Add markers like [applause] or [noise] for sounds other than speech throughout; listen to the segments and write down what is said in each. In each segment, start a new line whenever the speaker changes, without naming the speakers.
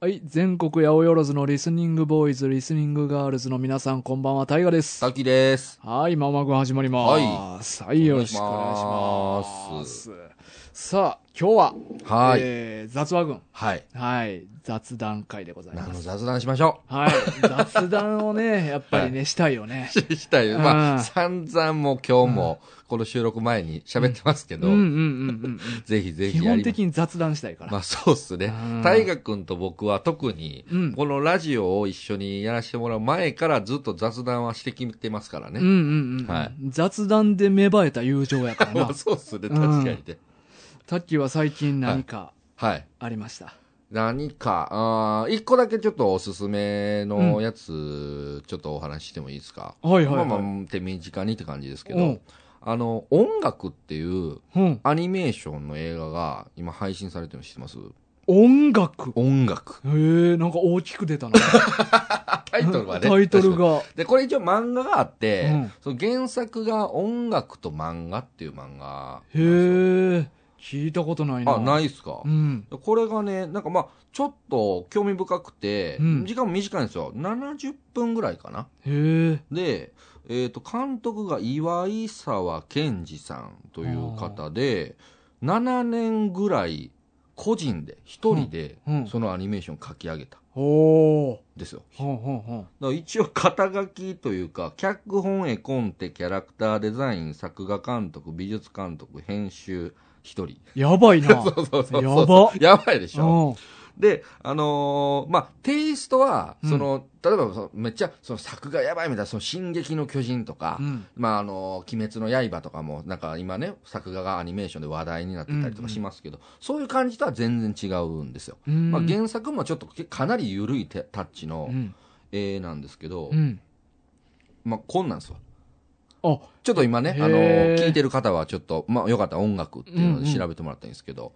はい、全国八百万のリスニングボーイズ、リスニングガールズの皆さん、こんばんは、タイガです。
さきです。
はい、まもまくん始まります。はい、よろしくお願いし
お願
ま
い
す
し。
さあ、今日は、
はい。
えー、雑話群。
はい。
はい、雑談会でござい
何
ま
の
す。
雑談しましょ
はい、雑談を
[laughs]
ね、やっぱりね、したいよね。
う。 [laughs] したい。
う
ま
ん
あ、散々もう今日も、この収録前に喋ってますけ
う
ど、
んうんうんうんうん。
ぜひぜひ
基
やりま
本的に雑談したいから。
まあそうっすね
うん。
大河君と僕は特に
うん、
このラジオを一緒にやらせてもらう前からずっと雑談はしてきてますから
うん
ね。
うんうん。
はい
雑談で芽生えた友情やから
[laughs] ま
な
あ。 [laughs] そうっすね、確かにね。
タッキーは最近何か
はい。
ありました。
何か、あー一個だけちょっとおすすめ
う
の
ん
やつ、ちょっとお話ししてもいいですか。
はいはいはい
まあまあ、手短にって感じですけ
う
ど
ん、
あの、音楽っていう
うん。
アニメーションの映画が今配信されてるの知ってます
音楽。
音楽。
へえ、なんか大きく出た
[laughs]
な。
タイトルはね。
タイトルが。
で、これ一応漫画があって、
うん
その原作が音楽と漫画っていう漫画。
へえ、聞いたことないな。
あ、ないっすか
う、ん。
これがね、なんかまあ、ちょっと興味深くて、
うん
時間も短いんですよ。70分ぐらいかな。
へえ。
で、えっ、と、監督が岩井沢健二さんという方で、7年ぐらい個人で、一人で
うんうん、
そのアニメーションを書き上げたん
おお。
ですよ。
ほんほんほん。
だから一応肩書きというか、脚本、絵コンテ、キャラクター、デザイン、作画監督、美術監督、編集、一人。
やばいな。
[laughs] そうそうそうそう。
やば
やばいでし
う
ょ。
ん。
で、あのーまあ、テイストは、
うん
その、例えばその、めっちゃ、その作画やばいみたいな、その、進撃の巨人とか、
うん。
まああの「鬼滅の刃」とかもなんか今ね作画がアニメーションで話題になってたりとかしますけど、そういう感じとは全然違うんですよ、
うん
まあ、原作もちょっとけかなり緩いてタッチの
うん。
絵なんですけど、
うん。
まあ、こんなんですわ
あ、
ちょっと今ね
へー
あの聞いてる方はちょっと、まあ、よかったら音楽っていうので調べてもらったらいいんですけど、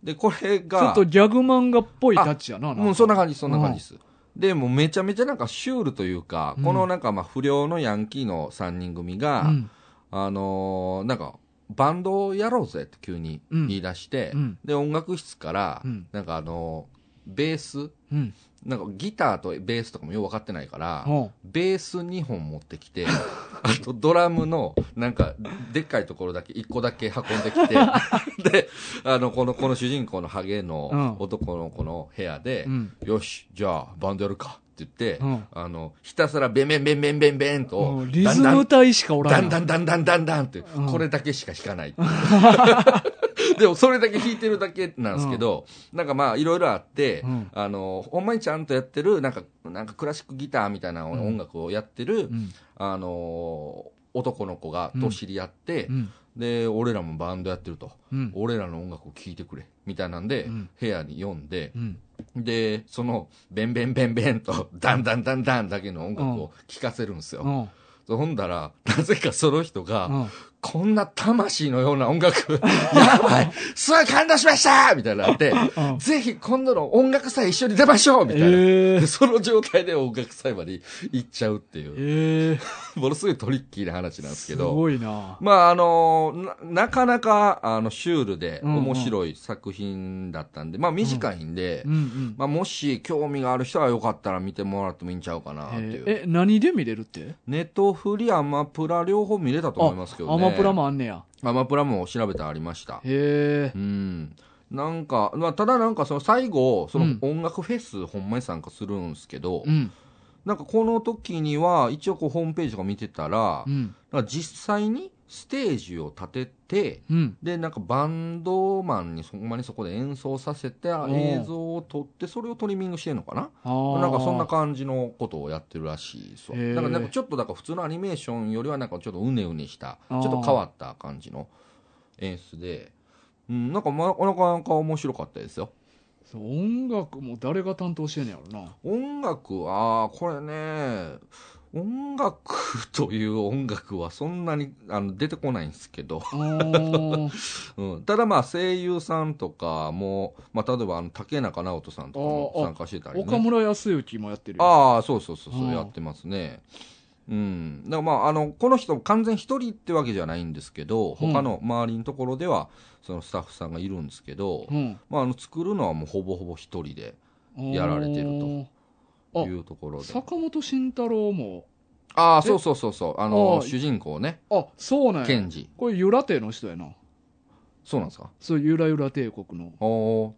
でこれ
ちょ
が
っとギャグ漫画っぽいタッチやな。
もうそんな感じ、そんな感
う
じ
ん
です。で、もうめちゃめちゃなんかシュールというか、
うん
このなんかまあ不良のヤンキーの3人組が、
うん
あのーなんか、バンドをやろうぜって急に
うん
言い出して、
うん
で、音楽室から、
うん
なんかあのーベース、
うん。
なんかギターとベースとかもよく分かってないから、
うん
ベース2本持ってきて、あとドラムの、なんか、でっかいところだけ、1個だけ運んで
[laughs]
きて、で、あの、この、この主人公のハゲの
うん
男の子の部屋で、
うん
よし、じゃあ、バンドやるかって言って、
うん
あの、ひたすらベンベンベンベンベンベン
う
と
ん。、リズ
だんだん
ム体しかおらん
だ
や
んだんだんだんだんだんって、
うん
これだけしか弾かない。 [laughs] でもそれだけ弾いてるだけなんですけど、なんかまあいろいろあって、
うん
あの、ほんまにちゃんとやってる、なんか、なんかクラシックギターみたいな音楽をやって
う
る、
ん
あの、男の子が
うん
と知り合って、
うん。
で、俺らもバンドやってると、
うん。
俺らの音楽を聴いてくれ、みたいなんで、
うん
部屋に呼んで、
うん。
で、その、ベンベンベンベンと、ダンダンダンダンだけの音楽を聴かせるんですよ。
うん。うん
ほんだら、なぜかその人が、
うん
こんな魂のような
[laughs]
音楽、やばい、すごい感動しましたみたいになって、
うん
ぜひ今度の音楽祭一緒に出ましょうみたいな。
ええ
でその状態で音楽祭まで行っちゃうっていう、
ええ
ものすごいトリッキーな話なんですけ
す
ど、
ごいな。
まああのな、なかなかあのシュールで
うんうん
面白い作品だったんで、まあ短いんで、
うんうん。
まあもし興味がある人はよかったら見てもらってもいいんちゃうかなっていう。
えーえ何で見れるって
ネットフリ、アマプラ両方見れたと思いますけどね。
あアマプラもあんねや
アマプラも調べてありました。
へえ
うん。なんか、まあ、ただなんかその最後、その
うん
音楽フェスほんまに参加するんですけど、
うん
なんかこの時には一応こうホームページとか見てたら、
うん
なんか実際にステージを立てて、
うん
で、なんかバンドマンにほんまにそこで演奏させて
ん
映像を撮って、それをトリミングしてるのかな
あー
なんかそんな感じのことをやってるらしいですわ
へー
なんかなんかちょっとなんか普通のアニメーションよりはなんかちょっとうねうねした、ち
あー
ょっと変わった感じの演出で、うん、なんかまなかなか面白かったですよ。
そう音楽も誰が担当してんねやろな
音楽は、これね、音楽という音楽はそんなにあの出てこないんですけど、 [laughs]
あー
うん、ただまあ声優さんとかも、まあ、例えばあの竹中直人さんとかも
あーあ
参加してたりね。
岡村康之もやってるよ
ああ、そうそうそうそう、
うん
やってますね。うん。だからまあ、あの、この人、完全一人ってわけじゃないんですけど、
うん
他の周りのところでは、そのスタッフさんがいるんですけど、
うん
まあ、あの、作るのはもうほぼほぼ一人でやられてる
お
と
ー
いうところ
あ
で。
坂本慎太郎も
ああ、そうそうそうそう。あの
あ、ー
主人公ね、
あそうなん
ケ
や
ンジ。
これゆら亭の人やな
そうなんですか
そうゆらゆら帝国の
ああ、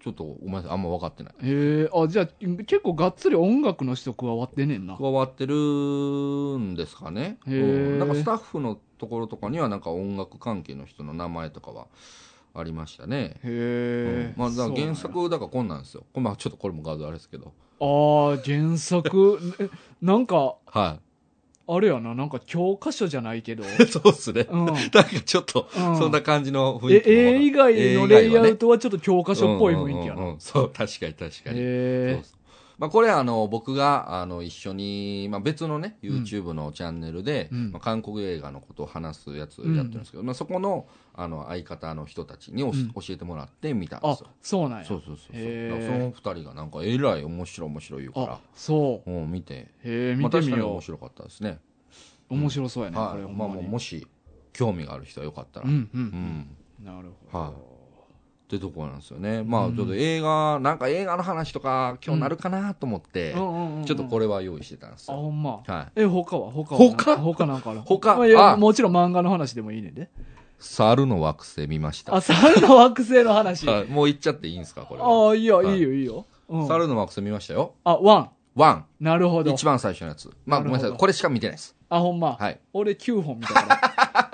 ちょっとごめんなさい。あんま分かってない。
へえあじゃあ結構がっつり音楽の人加わってんねんな
加わってるんですかね。
へ
う
ー
んなんかスタッフのところとかには、なんか音楽関係の人の名前とかはありましたね。
へえ、
うんまあ、だ
そ
か
う
ら
なんや
原作、だからこんなんですよ。これまあ、ちょっとこれも画像あれですけど。
ああ原作えなんか
は
[laughs] あれやななんか教科書じゃないけど、
い。そうっすね。
うん、
[laughs] なんかちょっと、
うん
そんな感じの雰囲
え
気の方が。
絵以外のレイアウトはちょっと教科書っぽい雰囲気や
うんうんうん
な
うんそう、確かに確かに。そう
へえ
そうまあ、これあの僕があの一緒に、まあ、別のね YouTube のチャンネルで、
うん
まあ、韓国映画のことを話すやつをやってるんですけど、まあ、そこのあの相方の人たちにおし、
うん
教えてもらって見たんで
あ
すよ。
そうなんや
そうそうそうそう
へー
だからその二人がなんかえらい面白い面白い言うか
あ
ら
そ
うん見て
うへえ
ま
見
あ、
て
確
み
かに
よ
面
う
白かったですね、
面白そうやねこ
はい
れほん
ま
ま
あ、もう
に
もし興味がある人はよかった
う
ら、
んう
うんん、
なるほ
はい
ど
ってとこなんですよねまあちょっと映画、なんか映画の話とか今日なるかなと思って、
うんうんうんうん
ちょっとこれは用意してたんです
あ
よ、
ほんま
はい
え他は他は
他
他なんかある
他
まあいや
あ
もちろん漫画の話でもいいねんで
猿の惑星見ました。
あ猿の惑星の話あ
あもう言っちゃっていいんですか、これは。
あいいよ
はい
いいよいいようん
猿の惑星見ましたよ。
あワン
ワン。
なるほど
一番最初のやつ。ま
な
あ、ご
る
めん
ほど
なさい。これしか見てないです。
あほんま
はい。 [laughs]
俺9本見たか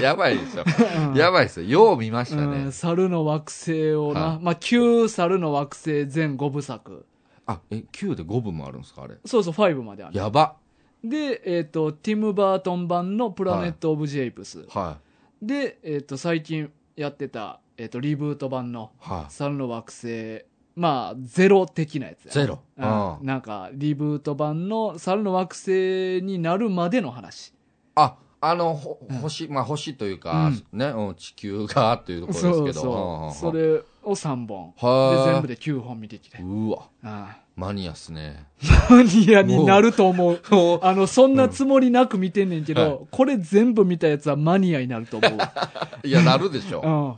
やば
[laughs]
いですよ。
らうん
やばいですよ。よう見ました
う
ね
ん。猿の惑星をな、
はい
まあ、旧猿の惑星全5部作
あ、え、9で5分もあるんですか、あれ。
そうそう5まである
やば。
で、えっとティム・バートン版の「プラネット・オブ・ジェイプス」
は
で、えっと最近やってた、えっとリブート版の
い。は
猿の惑星まあゼロ的なやつ
い。
や
ゼロ。う
うん
ん。
なんかリブート版の猿の惑星になるまでの話
あ、あの、ほ星、まあ、星というか、ね、うん地球がというところ
そう
ですけど。うんうんう
そ
ん
うそれを3本で全
は
部で9本見てきて [laughs]
い。うわ、
あ
マニアっすね。
あマニアになると思う
もう
[laughs] あの、そんなつもりなく見てんねんけ
うん
ど、これ全部見たやつはマニアになると思うわ。
[laughs] いや、なるでしょ。
うん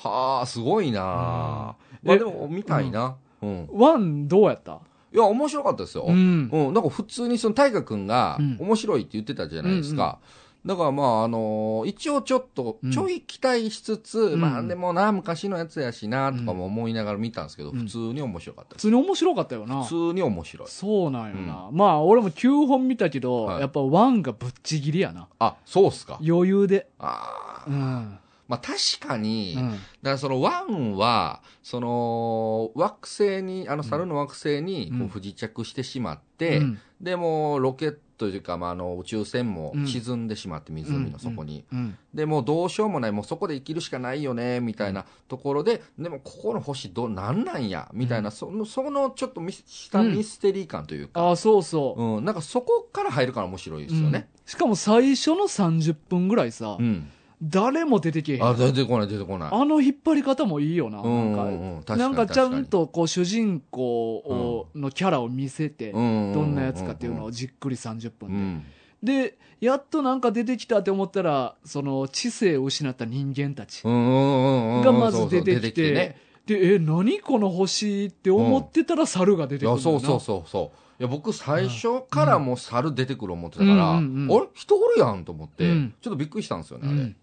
はあ、すごいなあ
うん
ま
え
あでも、見たいな。うん。
ワンどうやった
いや、面白かったですよ。
う
うん。
ん。
なんか普通にその大河君が
うん
面白いって言ってたじゃないですか。だからまあ、あのー一応ちょっと
うん、
ちょい期待しつつ、
ん
まあでもな、昔のやつやしな、とかも思いながら見たんですけど、
うん
普通に面白かったで
普
す。
通に面白かったよな。
普通に面白い。
そうなんよな。まあ、俺も9本見たけど、
はい
やっぱワンがぶっちぎりやな。
あ、そうっすか。
余裕で。
ああ。
うん。
まあ確かに、
う
だか
ん。
らそのワンは、その、惑星に、あの猿の惑星に
うん
こう不時着してしまって、
うん
でもうロケットというか、まあ、あの宇宙船も
うん
沈んでしまって、湖の底に、
うん。
でもうどうしようもないもうそこで生きるしかないよねみたいなところで、でもここの星どうなんなんやみたいな、そのそのちょっとミスした
うん
ミステリー感というか、
あ、そうそう
う。んなんかそこから入るから面白いですよね。
うんしかも最初の30分ぐらいさ
うん、
誰も出てけえへん。
あ出てこない出てこない。
あの引っ張り方もいいよな。
うん
なか、
うんんうん、確か
な
に
んかちゃん
確か
とこう主人公を、のキャラを見せて、
にうんうんうんうん
どんなやつかっていうのをじっくり30
う
分で、
ん
でやっとなんか出てきたって思ったらその知性を失った人間たち、
うんうんうんうん
がまず出てきて
そうそう出てきてね
でえ何この星って思ってたら猿が出て
い
くるん
や
だよ
そ
な
うそうそうそういや僕最初からもう猿出てくる思ってたから、
うんうんうん
あれ人おるやんと思って、
うん
ちょっとびっくりしたんですよね
う
あれ
ん、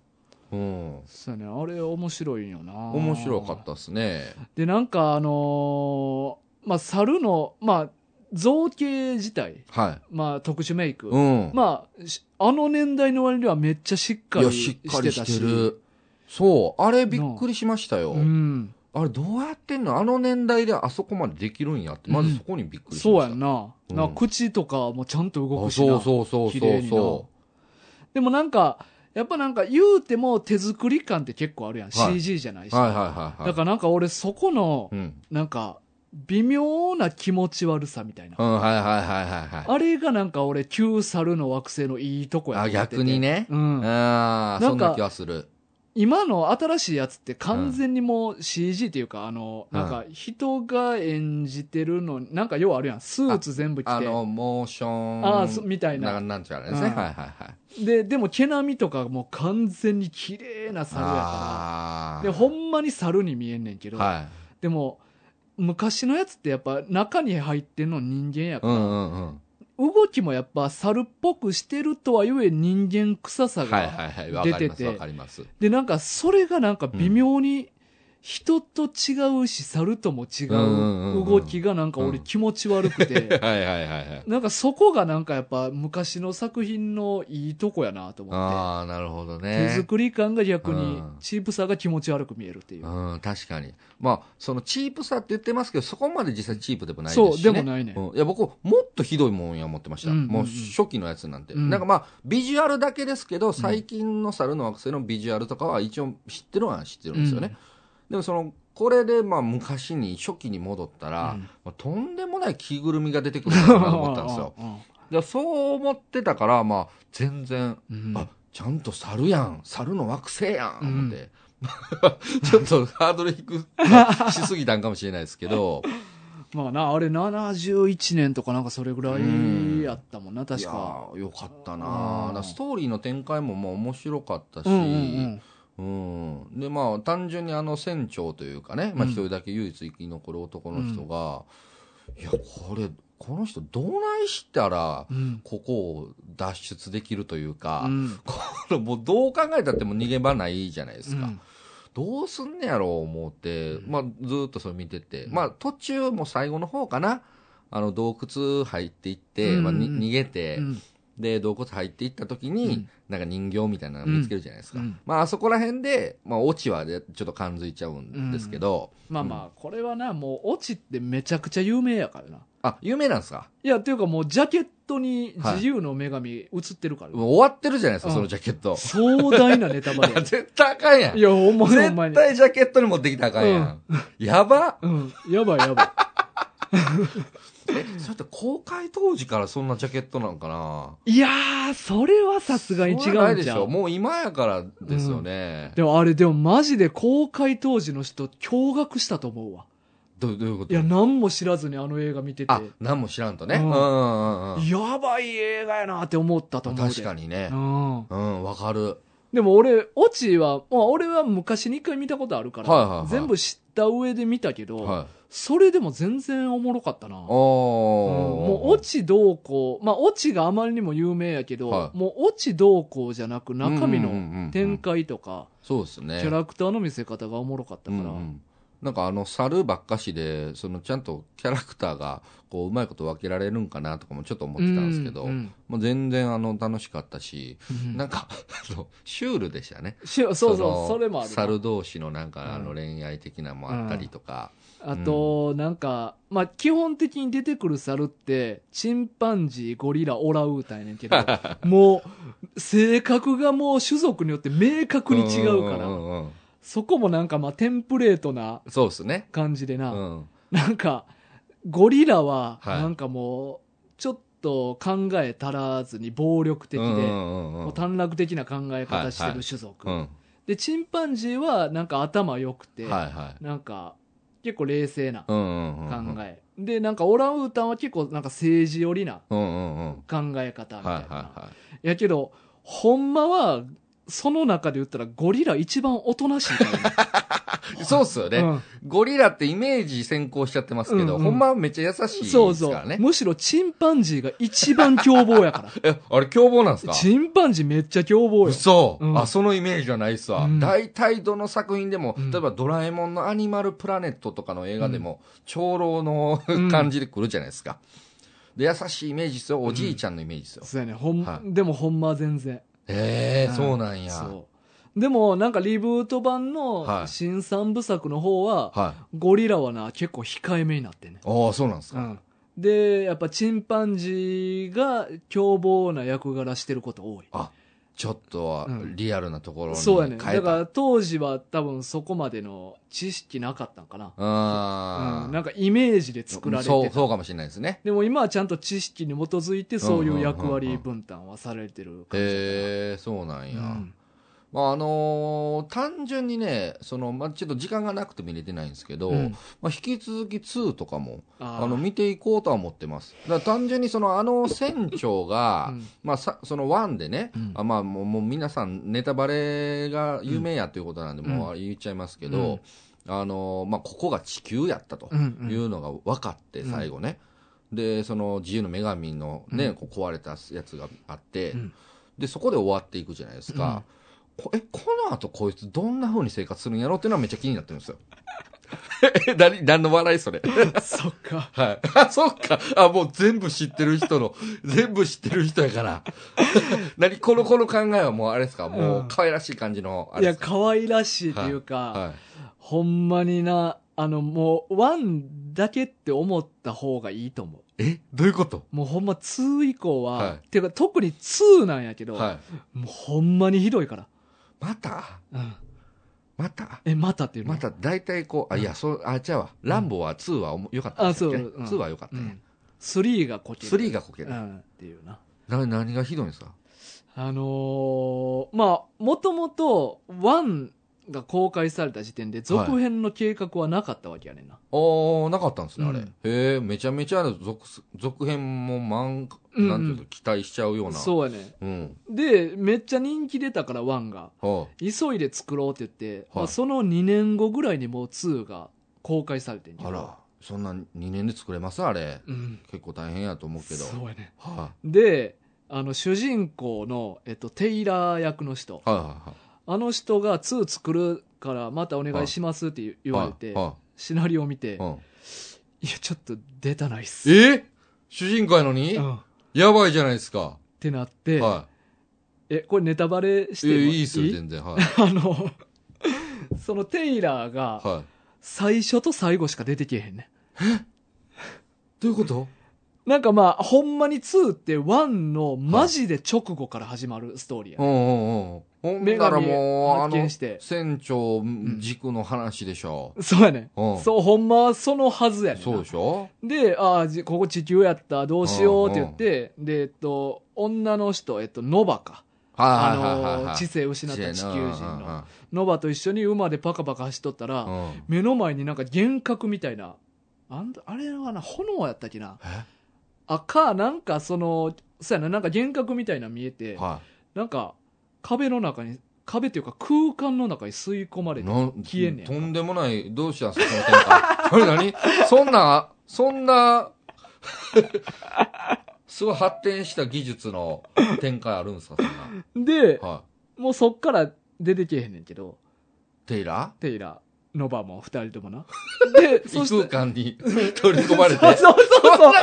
うん、
そうやねあれ面白いんよな
面白かったですね
でなんかあのーまあ猿のまあ造形自体
はい
まあ特殊メイク、
うん、
まあしあの年代の割にはめっちゃしっか
い
り
やしっか
して
りしたて
し
るそうあれびっくりしましたよ、
うん
あれどうやってんのあの年代であそこまでできるんやってまずそこにびっくりし
そう
ました、
やんな,、
うん
な口とかもちゃんと動
あ
くしな
そうそうそう
綺
そ
麗
う
に
そ
なでもなんかやっぱなんか言うても手作り感って結構あるやん、
はい
CG じゃないし、
うはいはいはいはい
だからなんか俺そこの
うん、
なんか微妙な気持ち悪さみたいな、
うん、はいはいはいはいはい
あれがなんか俺旧猿の惑星のいいとこや
あ
と思ってて
逆に、ね、
う、
うんああ
なんか
そんな気はする
今の新しいやつって完全にもう CG っていうか、あの
うん
なんか人が演じてるのなんかようあるやんスーツ全部着て
あの、モーション。
あーそみたいな
な。なんちゃらですね。
うん
はいはいはい。
ででも毛並みとかもう完全に綺麗な猿やから
ああー。
でほんまに猿に見えんねんけど、
は
でも昔のやつってやっぱ中に入ってんの人間やか
う
ら、
んうんうん。
動きもやっぱ猿っぽくしてるとはいえ人間臭さが、
はいはいはい。わかりま
出て
す
て
わかります。
でなんかそれがなんか微妙に人と違うし猿とも違
うんうんうんう
うん動きがなんか俺気持ち悪く
[laughs]
て、
はいはいはいはい。
なんかそこがなんかやっぱ昔の作品のいいとこやなと思って。
ああ、なるほど
手
ね。
作り感が逆に
うん
チープさが気持ち悪く見えるっていう。
うん、確かに。まあ、そのチープさって言ってますけど、そこまで実際チープでもないですし、ね。
そう、でもないね。
うんいや僕、もっとひどいもんや思ってました、
うんうんうん
もう初期のやつなんて、
うん
なんかまあ、ビジュアルだけですけど、最近の猿の惑星のビジュアルとかは、一応知ってるのは知ってるんですよね、でもその、これでまあ昔に、初期に戻ったら、
うん、
まあとんでもない着ぐるみが出てくるのかなと思ったんですよ
[laughs] うんうん
でそう思ってたから、まあ、全然、
うん
あちゃんと猿やん、猿の惑星やん、思って、 [laughs] ちょっとハードル低くしすぎたんかもしれないですけど。
まあな、あれ71年とかなんかそれぐらいやったもんな、確か。
いやーよかった
う
なんだからストーリーの展開もまあ面白かったし、
うんうん
うんでまあ単純にあの船長というかね、まあ、
うん
一人だけ唯一生き残る男の人が、いやこれこの人どないしたら
うん。うん。
ここを脱出できるというか、
うん
これ [laughs] もうどう考えたってもう逃げ場ないじゃないですか、
うん
どうすんねやろう思って、
うん
まあ、ずーっとそれ見てて、
うん
まあ、途中も最後の方かなあの洞窟入っていって、
うん
まあ、に逃げて、
うん
で洞窟入っていった時
う
に
ん、
なんか人形みたいなの見つけるじゃないですか、
うん
まああそこら辺で、まあ、オチはでちょっと感づいちゃうんですけど、
まあまあ、これはな、もう、オチってめちゃくちゃ有名やからな。
あ有名なんですか
いや、っていうかもう、ジャケットに
はい
自由の女神映ってるからな、
もう終わってるじゃないですか、
うん
そのジャケット
壮大なネタ
[laughs]
バレやで。
絶対あかんやん
いや、お前の前
絶
に。
対ジャケットに持ってきたらあかんやん、やば
うん。やばいやばい。
えそれって公開当時からそんなジャケットなんかない
やー、それはさすがに違
それはないうで
ん
し
じゃ
ょ
ん。
もう今やからですよね、
でもあれ、でもマジで公開当時の人、驚愕したと思うわ。
どどういうこ
い
と
や、何も知らずにあの映画見てて、
あ何も知らんとね、
う
うんん、うんうんうん
やばい映画やなって思ったと思うで。
確かにね
うん。
うんわかる
でも俺、オチは、まあ俺は昔に一回見たことあるから、
はいはいはい
全部知った上で見たけど、
はい
それでも全然おもろかったな。うん
おー
もうオチどうこう、まあオチがあまりにも有名やけど、
はい
もうオチどうこうじゃなく中身
うんうん
の
うんうん
展開とか、
そうですね
キャラクターの見せ方がおもろかったから、
うんうんなんかあの猿ばっかしでそのちゃんとキャラクターがこううまいこと分けられるんかなとかもちょっと思ってたんですけど、
ううん
もう全然あの楽しかったし、
うん
なんか [laughs] あのシュールでしたね
しそうそうそ
の
れもあるな
猿同士のなんかあ
う
の
ん
恋愛的なのもあったりとか、
あと、なんか、まあ、基本的に出てくる猿って、チンパンジー、ゴリラ、オランウータンやねんけ
[laughs]
ど、もう、性格がもう種族によって明確に違うか
ん
ら、
んうんうん
そこもなんかまあ、テンプレートな
そうですね
感じで
う
な、
ん
なんか、ゴリラは、
はい
なんかもう、ちょっと考え足らずに暴力的で、
うんう
も
んうんうん
う短絡的な考え方して
はいは
る
い
種族。
うん
で、チンパンジーはなんか頭良くて、
はいはい
なんか、結構冷静な。
うんうんうん
考え、でなんかオランウータンは結構なんか政治寄りな
うんうんうん
考え方みたいな、
はいはいはい
やけどほんまはその中で言ったらゴリラ一番おとなしい
[laughs]
からね
そうっすよね、
うん
ゴリラってイメージ先行しちゃってますけど、
うんうん
ほんまはめっちゃ優しいですか
そう
らね。
そうむしろチンパンジーが一番凶暴や
[laughs]
か
え、あれ凶暴なんです
ら
か
チンパンジーめっちゃ凶暴よ
嘘、
うん
あ、そのイメージじゃないっすわ
うん。
大体、どの作品でも、
うん
例えばドラえもんのアニマルプラネットとかの映画でも、長老の
うん
感じで来るじゃないですか。で、優しいイメージっすよ。おじいちゃんのイメージっすよ。
そうやねほん、
は
でもほんまは全然
ええ
はい
そうなんや。
そうでもなんかリブート版の
はい
新三部作の方は、
はい。
ゴリラはな結構控えめになってんね
ああ、そうなんですか。
で、やっぱチンパンジーが凶暴な役柄してること多い。
ちょっとは
うん
リアルなところに変
そうやね。
え
だ
た。
から当時は多分そこまでの知識なかったんかな。
あー
うん、なんかイメージで作られて
そう、
た。
そうかもしれないですね。
でも今はちゃんと知識に基づいてそういう役
うんうん
割
うんうん
分担はされてる感じ
へえそうなんや。
だな。うん
まああのー単純にねその、まあ、ちょっと時間がなくて見れてないんですけど、
うん
まあ、引き続き2とかも
あ
あの見ていこうとは思ってますだから単純にそのあの船長
う
が、
ん
まあ、さその1でね、
うん
あまあ、もうもう皆さんネタバレが有名やということなんで、
うん
もう言っちゃいますけど、
うん
あのまあ、ここが地球やったと
うんうん
いうのが分かって、
うん
最後ね。で、その自由の女神のね、
うん
こう壊れたやつがあって、
うん
で、そこで終わっていくじゃないですか。こえ、この後こいつどんな風に生活するんやろうっていうのはめっちゃ気になってるんですよ。え、 [laughs] 何、何の笑いそれ。
[laughs] そっか。
はい。 [laughs] あ、そっか。あ、もう全部知ってる人の、全部知ってる人やから。 [laughs] 何、この子の考えはもうあれですかも
うん
う可愛らしい感じの、あ
い
れで
や、
すか
可愛らしいというか、
はい。
ほんまにな、あの、もう、ワンだけって思った方がいいと思う。
えどういうこと
もうほんま2以降は、
はい
っていうか特に2なんやけど、
はい。
もうほんまにひどいから。
また
うん、
また
え、またっていうの
また大体こう、あ、いや、そう、あ、じゃあわ、ランボーは2はおも良かった
あ、
です
そう。
よね。
うん
2は良かった
う
ね
ん。3がこける。
3がこけ
う
る。
ん、っていうな。
な、何がひどいんですか
あのーまあ、もともと1が公開された時点で続編の計画はなかったわけやねんな。
おー、なかったんですね、あれ。
うん
へえ、めちゃめちゃ続す、続編も漫画、
うんうん
なんていうの、期待しちゃうような。う。
そうやね。
うん。
で、めっちゃ人気出たから1が。
は
急いで作ろうって言って、
はい
まあ、その2年後ぐらいにもう2が公開されてんけど
あ、あら、そんな2年で作れますあれ。
うん
結構大変やと思うけど。
そうやね
は
であの主人公の、えっと、テイラー役の人
い。はいはいはい。
あの人が2作るからまたお願いしますって言言われて、
は
シナリオを見て、
いはいうん
いやちょっと出たないっす、
え主人公やのに
うんっ
やばいじゃないですか。
てなって、
は
えこれネタバレし
い。
て
え、
も
いいっすよ、全然。はい。
あの [laughs] そのテイラーが
はい。
最初と最後しか出てけえへんね
どういうこと
なんかまあ、ほんまに2って1のマジで直後から始まるストーリーや
う
ね。
んうんうん。ほん
女
なら
神
もう、あ
発
の
見、して。
船長軸の話でしょ。
そうやね。
うん。
そう、ほんまはそのはずやねんな
そうでしょ
で、ああ、じここ地球やった、どうしようって言って、で、えっと、女の人、えっと、ノバか。あ
はいはいはいはい
の
は
ー、
い。
知性失った地球人の。
の。
ノバと一緒に馬でパカパカ走っとった
う
ら、
んうん
目の前になんか幻覚みたいな。あんあれはな、炎やったっけな。
え
あ、か、なんかその、そうやな、なんか幻覚みたいな見えて、
は
なんか、壁の中に、壁というか空間の中に吸い込まれ
い。
て、
なん
消えんねん
とんでもない、どうしたんすか、その展開。これ何そんな、そんな、 [laughs] すごい発展した技術の展開あるんですか、そ
で
ん、な。はい。
もうそっから出てけえへんねんけど、
テイラ
テイラー、ノバも二人とも
[laughs]
な。で、
ー
そ
異
して、
空間に取り込まれて。
そうそうそうそ
そんな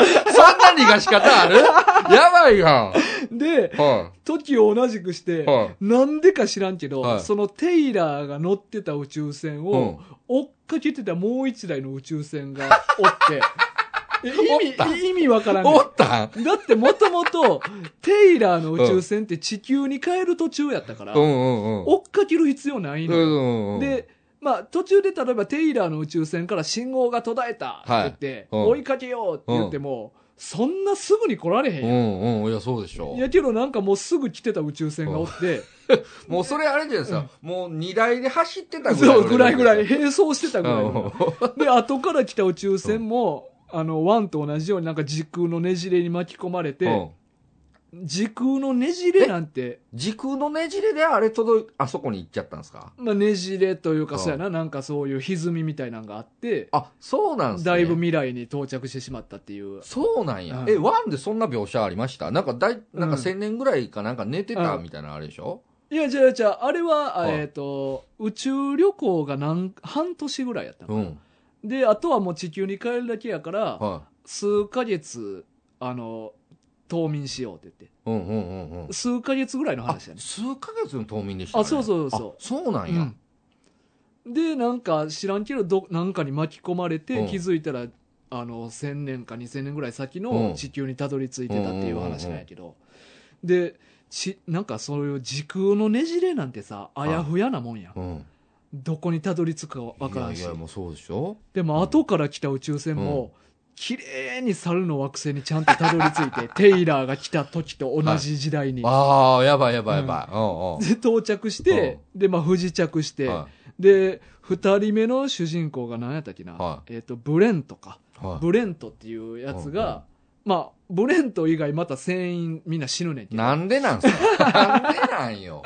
逃がし方
[laughs]
あるやばいやん。
う。で、
は
時を同じくし
い。
て、
はい。
なんでか知らんけど、
はい
そのテイラーが乗ってた宇宙船
う
を
ん、
追っかけてたもう一台の宇宙船がおって、
[laughs]
え
おった
意味、意味わからんねん
おったん
だってもともと、テイラーの宇宙船って地球に帰る途中やったから、
うんうんうん。
追っかける必要ない
うん
の。
うんうん、
で、まあ途中で例えばテイラーの宇宙船から信号が途絶えたって言って、
はいうん
追いかけようって言っても、そんなすぐに来られへ
う
や
ん
ん。
んうん、いや、そうでしょ
いやけどなんかもうすぐ来てた宇宙船がおって、
もうそれあれじゃないですか、もう荷台で走ってたぐらい。
そうぐらいぐらい、
うん。
並走してたぐらいの。で、後から来た宇宙船も、あの、ワンと同じようになんか時空のねじれに巻き込まれ
う
て
ん、
時空のねじれなんて、
時空のねじれであれ届い、あそこに行っちゃったんですか
まあ、ねじれという
う
か、
ん
そうやな、なんかそういう歪みみたいなのがあって、
あ、そうなんすね。
だいぶ未来に到着してしまったっていう。
そうなんや。
うん
え、ワンでそんな描写ありましたなんかだい、なんか
うん
千年ぐらいかなんか寝てた
うん
みたいなあれでしょ、
いや、じゃあ、じゃあ、あれは、あ
はい
えっ、と、宇宙旅行が何、半年ぐらいやった
う
の、
ん。
で、あとはもう地球に帰るだけやから、
は
数ヶ月、あの、冬眠しようって言って。
い。うんうんうんうん。
数ヶ月ぐらいの
あ
話やね。
数ヶ月の冬眠でした、ね。
あそうそうそう
あそうなんや。
うんで、なんか知らんけど、ど、なんかに巻き込まれ
う
て、
ん
気づいたら、あの、1000年か2000年ぐらい先
う
の
ん
地球にたどり着いてたっていう話なんやけど。で、ち、なんかそういう時空のねじれなんてさ、あ
い
やふやなもんやん。
うん。
どこにたどり着くかわからん
い
し
やい。や、もうそうでしょ
でも、後から来た宇宙船も、綺麗に猿の惑星にちゃんとたどり着い
[laughs]
て、テイラーが来た時と同じ時代に。
ああ、やばいやばいやばい。うんうん。
で、到着して、で、まあ、不時着して、
は
で、二人目の主人公が何やったっけな、
は
えっ、と、ブレントか。
い。はい。
ブレントっていうやつが、まあ、ブレント以外また船員みんな死ぬねんけど。
なんでなんすかなんでなんよ。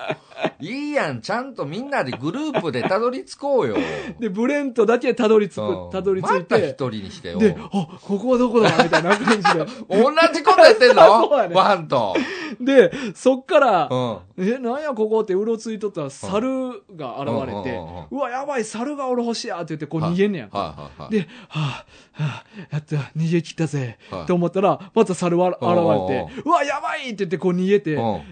いいやん、ちゃんとみんなでグループでたどり着こうよ。
で、ブレントだけたどり着
うん
く、たどり着い
また一
て、
人にしてよ。
で、あ、ここはどこだみたいな感
[laughs] 同じことやってんの
[laughs] そうやね
ワンと。
じで。で、そっから
う、ん。
え、なんやここってうろついとったら猿が現れ
う
て
んうんうんうん、
うわ、やばい、猿がおる星やって言ってこう逃げんねやんか。
はいはいはい。
で、はあ、はあ、やった、逃げ切ったぜ、
はい
と思ったら、また猿は
おうおうおう
現れて、うわ、やばいって言ってこう逃げて、
うん、
はあ、は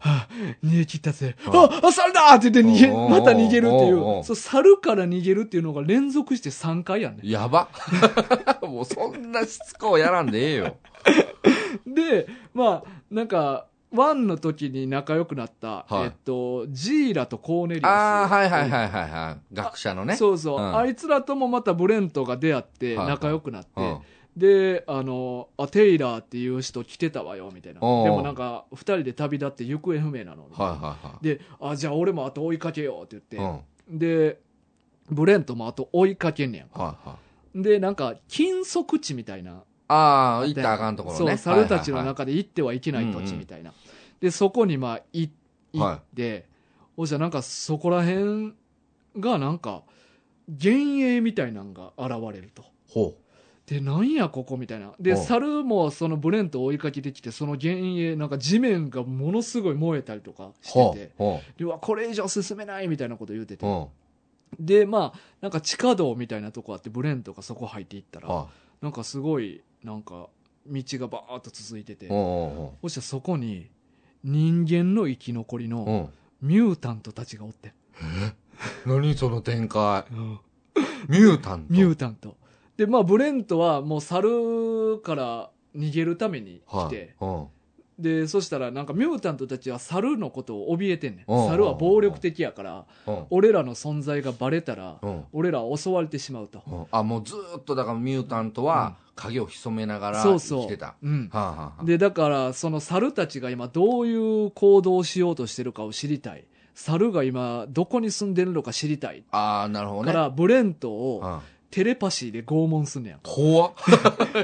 あ逃げ切ったぜ、
は
あ、あ、猿だって言って逃げ、
おうおうおう
また逃げるってい
おうお
う、
う
そう、猿から逃げるっていうのが連続して3回やんね。
やば。 [laughs] もうそんなしつこいやらんでええよ。
で、まあ、なんか、ワンの時に仲良くなった、
はい
えっと、ジーラとコーネリアス。
ああ、はいはいはいはいはい。学者のね。
そうそう、
うん
あいつらともまたブレントが出会って
はい
仲良くなって、
うん。
であのあテイラーっていう人来てたわよみたいなで
おう
もなんか2人で旅立って行方不明なのみたいな
はいはいはい。
であじゃあ俺もあと追いかけようって
うん。
言っ
はい
て、でブレントもあと追いかけんねやんか
はい。
でなんか禁足地みたいな
ああ、行ったらあかんところね。
そう猿たちの
はい
中で行ってはいけない土地みたいな、でそこにまあい行って、おじゃなんかそこら辺がなんか幻影みたいなんが現れると
はいはい。ほ
でなんやここみたいなで
おう
猿もそのブレントを追いかけてきてその幻影なんか地面がものすごい燃えたりとか
う。
して
ほ
て
う。ほ
でうわこれ以上進めないみたいなこと言うて
う。
て
うん。
でまあなんか地下道みたいなとこあってブレントがそこ入っていったら
は
なんかすごいなんか道がバーッと続いてて
い。うんうん
そしたらそこに人間の生き残り
うん。う
の
ん。
ミュータントたちがおって、
何その展開。ミュータント。
ミュータントでまあブレントはもう猿から逃げるために来て、
はい
でそしたらなんかミュータントたちは猿のことを怯えてんね
うん
ん猿は暴力的やから
うん。うん。
俺らの存在がバレたら
うん。
俺らは襲われてしまうと
うんあ、もうずーっとだからミュータントは影を潜めながら
そ
生
うそう
きてた。は
うん
あ、はあはあ、
でだからその猿たちが今どういう行動をしようとしてるかを知りたい猿が今どこに住んでるのか知りたい
ああ、なるほどね。
からブレント
う
を
ん
テレパシーで拷問すんねやんか [laughs]
怖っ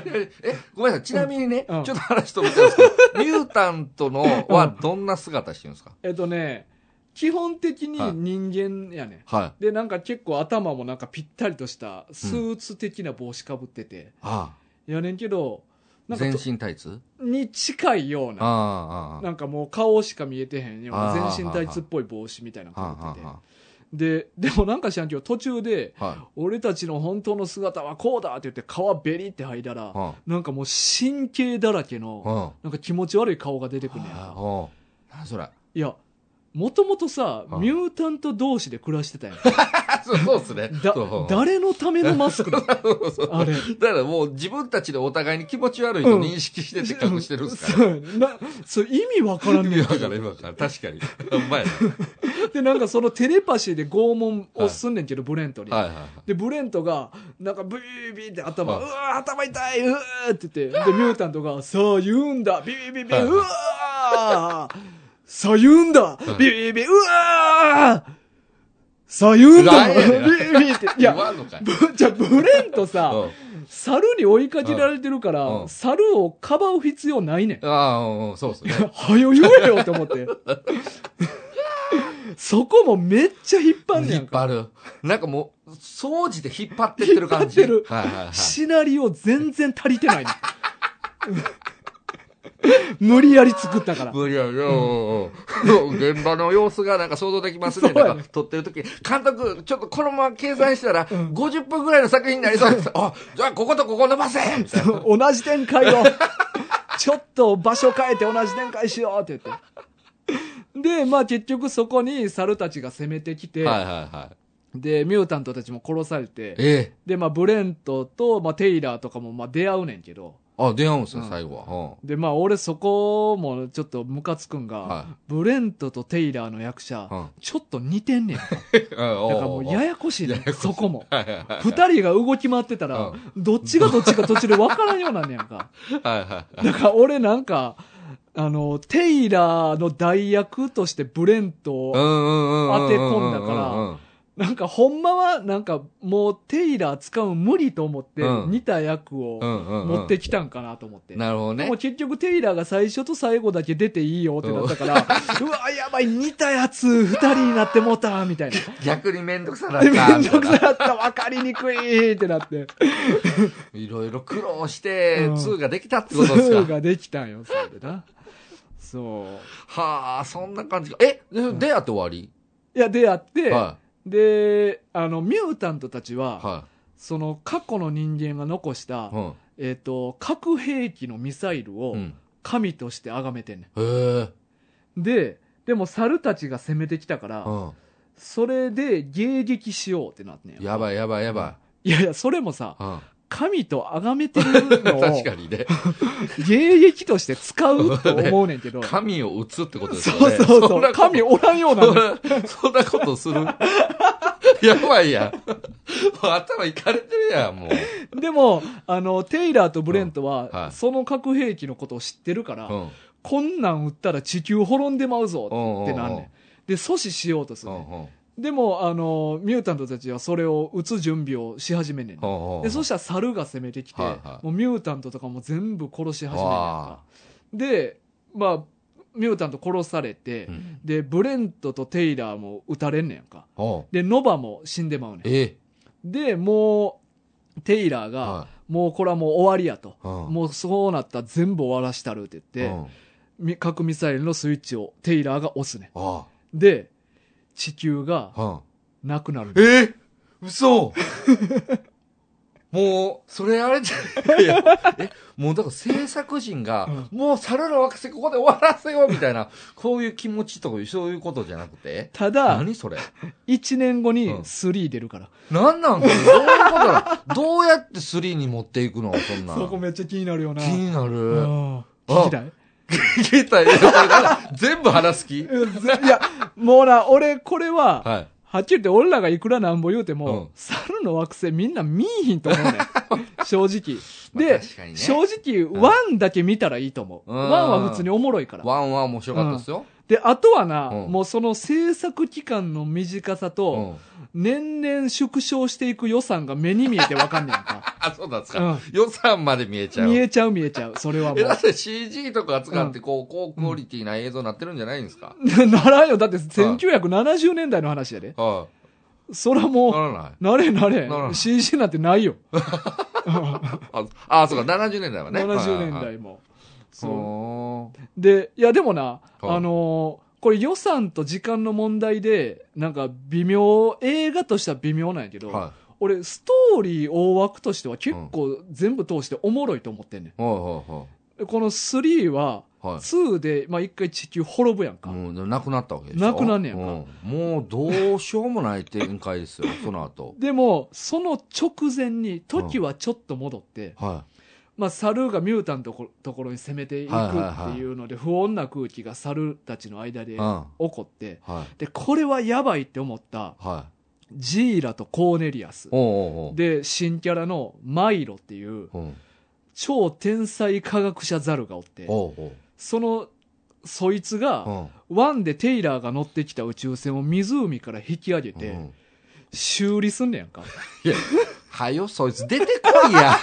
え、ごめんなさい。ちなみにね、
うん
ちょっと話飛びちゃうんですけど、ミュータントのはどんな姿してるんですか、
えっとね基本的に
はい
人間やねん、
はい。
でなんか結構頭もなんかぴったりとしたスーツ的な帽子かぶってて、
あ
やねんけど
あ
なんか
全
と
身タイツ
に近いような
ああ、あ
なんかもう顔しか見えてへんよう
あ
な
ー
全身タイツっぽい帽子みたいなの
あ、は
かぶってて
あ、
ででもなんか知らんけど途中で
はあ、はい。
「俺たちの本当の姿はこうだ!」って言って皮ベリって剥いだら
は
なんかもう神経だらけ
あ、
の
は
なんか気持ち悪い顔が出てく
あ、
んねやんか
はあ、何それ。
いやもともとさ
あ
ミュータント同士で暮らして
[laughs]
たやん
あ、そう [laughs] そうっすね。
だ
そう
誰のためのマスクだ
[laughs] そう
あれ
だからもう自分たちでお互いに気持ち悪いと認識してて隠してるんですから。
そうなそう意味わからんねん
意味わ [laughs] からん、今から。確かに。ほんまやな
でなんかそのテレパシーで拷問をすんねんけど、ブレントに、
はいはいはい。
でブレントがなんかブービーって頭、
はいう
わー頭痛いうわーって言ってでミュータントが「さあ言うんだビビビビ
はいはいう
わーさあ言うんだビビビうわーさあ言うんだ
何
[laughs] ビ
やね
ビ
ん
ビってい
言
や
わんのかい。
ぶじゃあブレントさ
う
猿に追いかけられてるか
うんう
ら
ん
猿をかばう必要ないねん
んああ、うんうんそうっすね。
はよ言えよと思
[laughs]
って。そこもめっちゃ引っ張んねや
引
ん
っ
か。
張る。なんかもう、掃除で引っ張ってってる感じ。
引っ張って
はいはいはい。
シナリオ全然足りてないねん
[laughs]
無理やり作ったから。
無理やよ。うん現場の様子がなんか想像できますね。
そうやね
なんか撮ってる時監督、ちょっとこのまま計算したら、50分ぐらいの作品になりそうです。
[laughs]
あ、じゃあこことここ伸ばせみたいな
そう同じ展開を。ちょっと場所変えて同じ展開しようって言って。で、まあ結局そこに猿たちが攻めてきて、
はいはいはい。
で、ミュータントたちも殺されて、
ええ。
で、まあブレントと、まあテイラーとかもまあ出会うねんけど、
あ、出会うんすね
う、ん
最後は。
で、まあ、俺そこもちょっとムカつくんが、
は
ブレントとテイラーの役者、
うん
ちょっと似てんねんか。
うん。
だ
だ
からもうややこしいね
ややこ
ん、
しい
そこも。
はいはい
二人が動き回ってたら、
う
どっちがどっちか途中で分からんようなんねやんか。
はいはい。
だから俺なんか、あの、テイラーの代役としてブレントを
うんうんうんうんうんう
当
ん。
て込んだから
うんうん
なんかほんまはなんかもうテイラー使うん無理と思って
うん
似た役
う
を
んうんうん。
持ってきたんかなと思って。
なるほど
で
ね
も。結局テイラーが最初と最後だけ出ていいよってなったから、うわ、やばい、似たやつ二人になってもうたみたいな。
逆にめんどくさ [laughs] なっ
め
た。
んどくさかった、わかりにくいってなって。
いろいろ苦労して、
うん
2ができたって
ツ
ことです
ー
か。
ができたんよ、それでな。そう。
はあ、そんな感じか。え、で出会って終わり
いや、出会って、
は
で、あの、ミュータントたち
い。
は、
は
その過去の人間が残した
い。、うん。
えっ、と、核兵器のミサイルを
うん。
神として崇めてんね
へえ。
ん。で、でも猿たちが攻めてきたから、
う
それで迎撃しようってなってん
ん。やばいやばいやば
い。いやいや、それもさ
い。、うん。
神と崇めてるのを
[laughs] 確かにね。
迎撃として使うと思うねんけど、
[laughs] 神を打つってことですよ
そう
ね。
そうそ
んな
う。
こと
神おらんようなんだ
[laughs] そんなことするやばいやん。もう頭いかれてるやん、もう。
でも、あの、テイラーとブレントは、
うんはい
その核兵器のことを知ってるから、
うん。
こんなん撃ったら地球滅んでまうぞ
うん
ってなんねん。で、阻止しようとす
う
る、ね
んうん。
でも、あの、ミュータントたちはそれを撃つ準備をし始めんねんね、
うんうん。
で、そしたら猿が攻めてきて、
はいはい
もうミュータントとかも全部殺し始めるやん
わ
か。で、まあ、ミュータント殺されて、
うん
で、ブレントとテイラーも撃たれんねんか。
うん
で、ノバも死んでまうねん。
え
で、もう、テイラーが、
は
もうこれはもう終わりやと。
い。うん
もうそうなったら全部終わらしたるって言って、
ん
み核ミサイルのスイッチをテイラーが押すね。
あ
で、地球が
あ。うん。
なくなる。
え嘘もう、それあれじゃないやえ、もうだから制作陣が、もう猿の惑星ここで終わらせようみたいな、こういう気持ちとかそういうことじゃなくて
ただ、
何それ
1年後に
うん
3出るから。
何なんそれどういうことだどうやって3に持っていくのそんな
そこ
ん。
めっちゃ気になるよな。
気にな
う
る。
ん聞きたい
聞いたいやそれなんか全部話す気
うんずいや、もうな、俺、これは、
はい。
はっきり言って俺らがいくらなんぼ言うても、
うん
猿の惑星みんな見いひんと思うね
[laughs]
ん。正直。
ま
で、
あ確かにね
正直、ワンだけ見たらいいと思う。
うん
ワンは普通におもろいから。
ワンは面白かったですよ。
で、あとはな、
うん
もうその制作期間の短さ
う
と、
ん。
年々縮小していく予算が目に見えてわかんねえんか。
あ、そうなんです
う
か
ん。
予算まで見え [laughs] ちゃう
見。えちゃう見えちゃう。それはも
え、だっ
う。
て CG とか使って、こう、高クオリティな映像になってるんじゃないんですか、
[laughs] ならんよ。だって1970年代の話やで。
は
そら
い。な
も、
らないう
なれんなれん
ならん
CG なんてないよ。うん
あ、あ、そうか、70年代はね。
70年
はいはいはい。
代も。そ。
そう
で、いやでもな、
うん
あのーこれ予算と時間の問題で、なんか微妙、映画としては微妙なんやけ
う。
ど、
は
俺ストーリー大枠としては結構全部通しておもろいと思ってんね
い。はいは
んこの3はい
はい。はい。
2で、まあ、一回地球滅ぶやんか、
もう、なくなったわけでしょ。
なくなんねやんか
うんもう、どうしようもない展開ですよ、 [laughs] その後。
でもその直前に時はちょっと戻って、
は
まあ、猿がミュータントのところに攻めていくっていうので不穏な空気が猿たちの間
い。
で
うん。
起
は
こって
い。
でこれはやばいって思った
はい。
ジーラとコーネリアス
おうおうおう。
で新キャラのマイロっていう
うん。
超天才科学者猿がおって
おうおう。
そのそいつが、
うん。
ワンでテイラーが乗ってきた宇宙船を湖から引き上げて、
うん
修理すんねやんか。
はよ、そいつ出てこ
[laughs]
いや。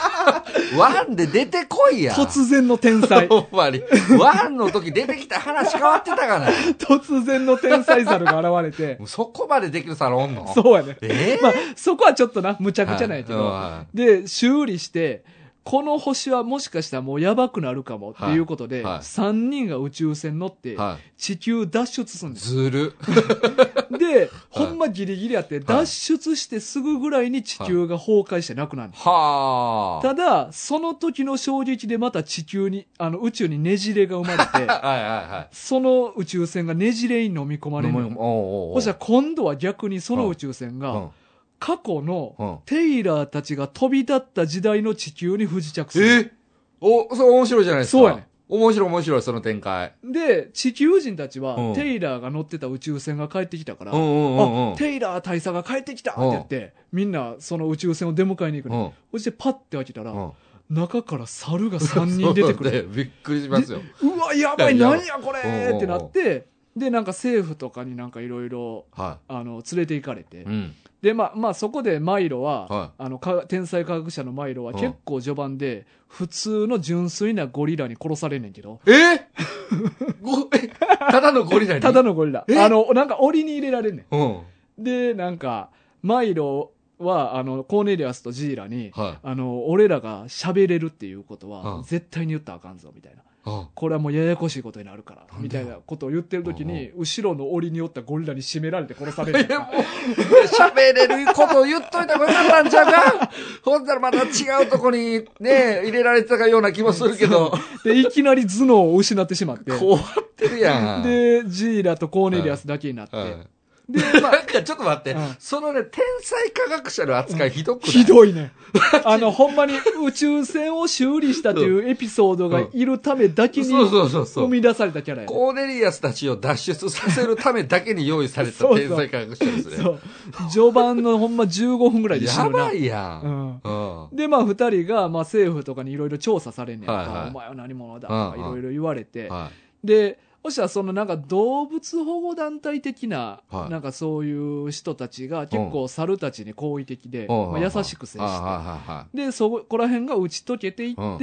ワンで出てこいや。
突然の天
[laughs]
才。
ほんまに。ワンの時出てきた話変わってたかな。
突然の天才猿が現れて。
[laughs] もうそこまでできるサロンの
そうやね。
ええ
まあ、そこはちょっとな、むちゃくちゃなんやけ
はいうん
ど。
は
で、修理して、この星はもしかしたらもうやばくなるかもっていうことで、
はいはい
3人が宇宙船乗って
い、はい
地球脱出すん
[laughs]
です。
ずる。
で、ほんまギリギリやって、脱出してすぐぐらいに地球が崩壊してなくなるんです
は
ただ、その時の衝撃でまた地球に、あの、宇宙にねじれが生まれ
あ。
て、
はいはいはい。
その宇宙船がねじれに飲み込まれる
おう
の。
おうおう
そしたら今度は逆にその宇宙船
う
が、
ん
過去の
うん
テイラーたちが飛び立った時代の地球に不時着する。
えお、そう面白いじゃないですか。
そうやね
面白い面白い、その展開。
で、地球人たち
う
は
ん、
テイラーが乗ってた宇宙船が帰ってきたから、
うんうんうんうん
あ、。テイラー大佐が帰ってきたって言って、みんなその宇宙船を出迎えに行く
う
の。
ん
そしてパッて開けた
う
ら、
ん
中から猿が3人出てくる。
[laughs] そうでびっくりしますよ。
うわ、やばい、
いや
何やこれ
うんうんうん
ってなって、でなんか政府とかになんかいろいろ
は
あの連れて行かれて、
い。うん。
でまあまあそこでマイロは、
は
あのか天才科学者のマイロは
うん
結構序盤で普通の純粋なゴリラに殺されんねんけど
えーご、え、ただのゴリラに
ただのゴリラ
え
あのなんか檻に入れられんね
うん。は
んでなんかマイロはあのコーネリアスとジーラに
い。は
あの俺らが喋れるっていうこと
う
は
ん
絶対に言ったらあかんぞみたいな
あ
これはもうややこしいことになるから
なんで
みたいなことを言ってる時に後ろの檻におったゴリラに絞められて殺され
え
る
もう、喋れることを言っといた方がよかったんちゃうかほんならまた違うとこにね、入れられてたような気もする
[laughs]
けど、
でいきなり頭脳を失ってしまって
こうやってるやん。
でジーラとコーネリアスだけになって、
はい、
で、まあ
なんかちょっと待って、
うん
そのね、天才科学者の扱いひどくない、
ひどいね。あの、ほんまに宇宙船を修理したというエピソードがいるためだけに
そうそうそうそ
生
う。
み出されたキャラやね。
コーネリアスたちを脱出させるためだけに用意された
そうそう
天才科学者ですね。
そう。序盤のほんま15分ぐらいで死
や
ぬな。
ばいや。
うんん。
うん。
で、まあ、二人が、まあ、政府とかにいろいろ調査されんねんか、
はいはい
お前は何者だとかいろいろ言われて、
は
で、そしたらそのなんか動物保護団体的な、
はい
なんかそういう人たちが結構猿たちに好意的で、
い。
まあ、優しく接
はい
して、
は
でそこら辺が打ち解けていって、
うん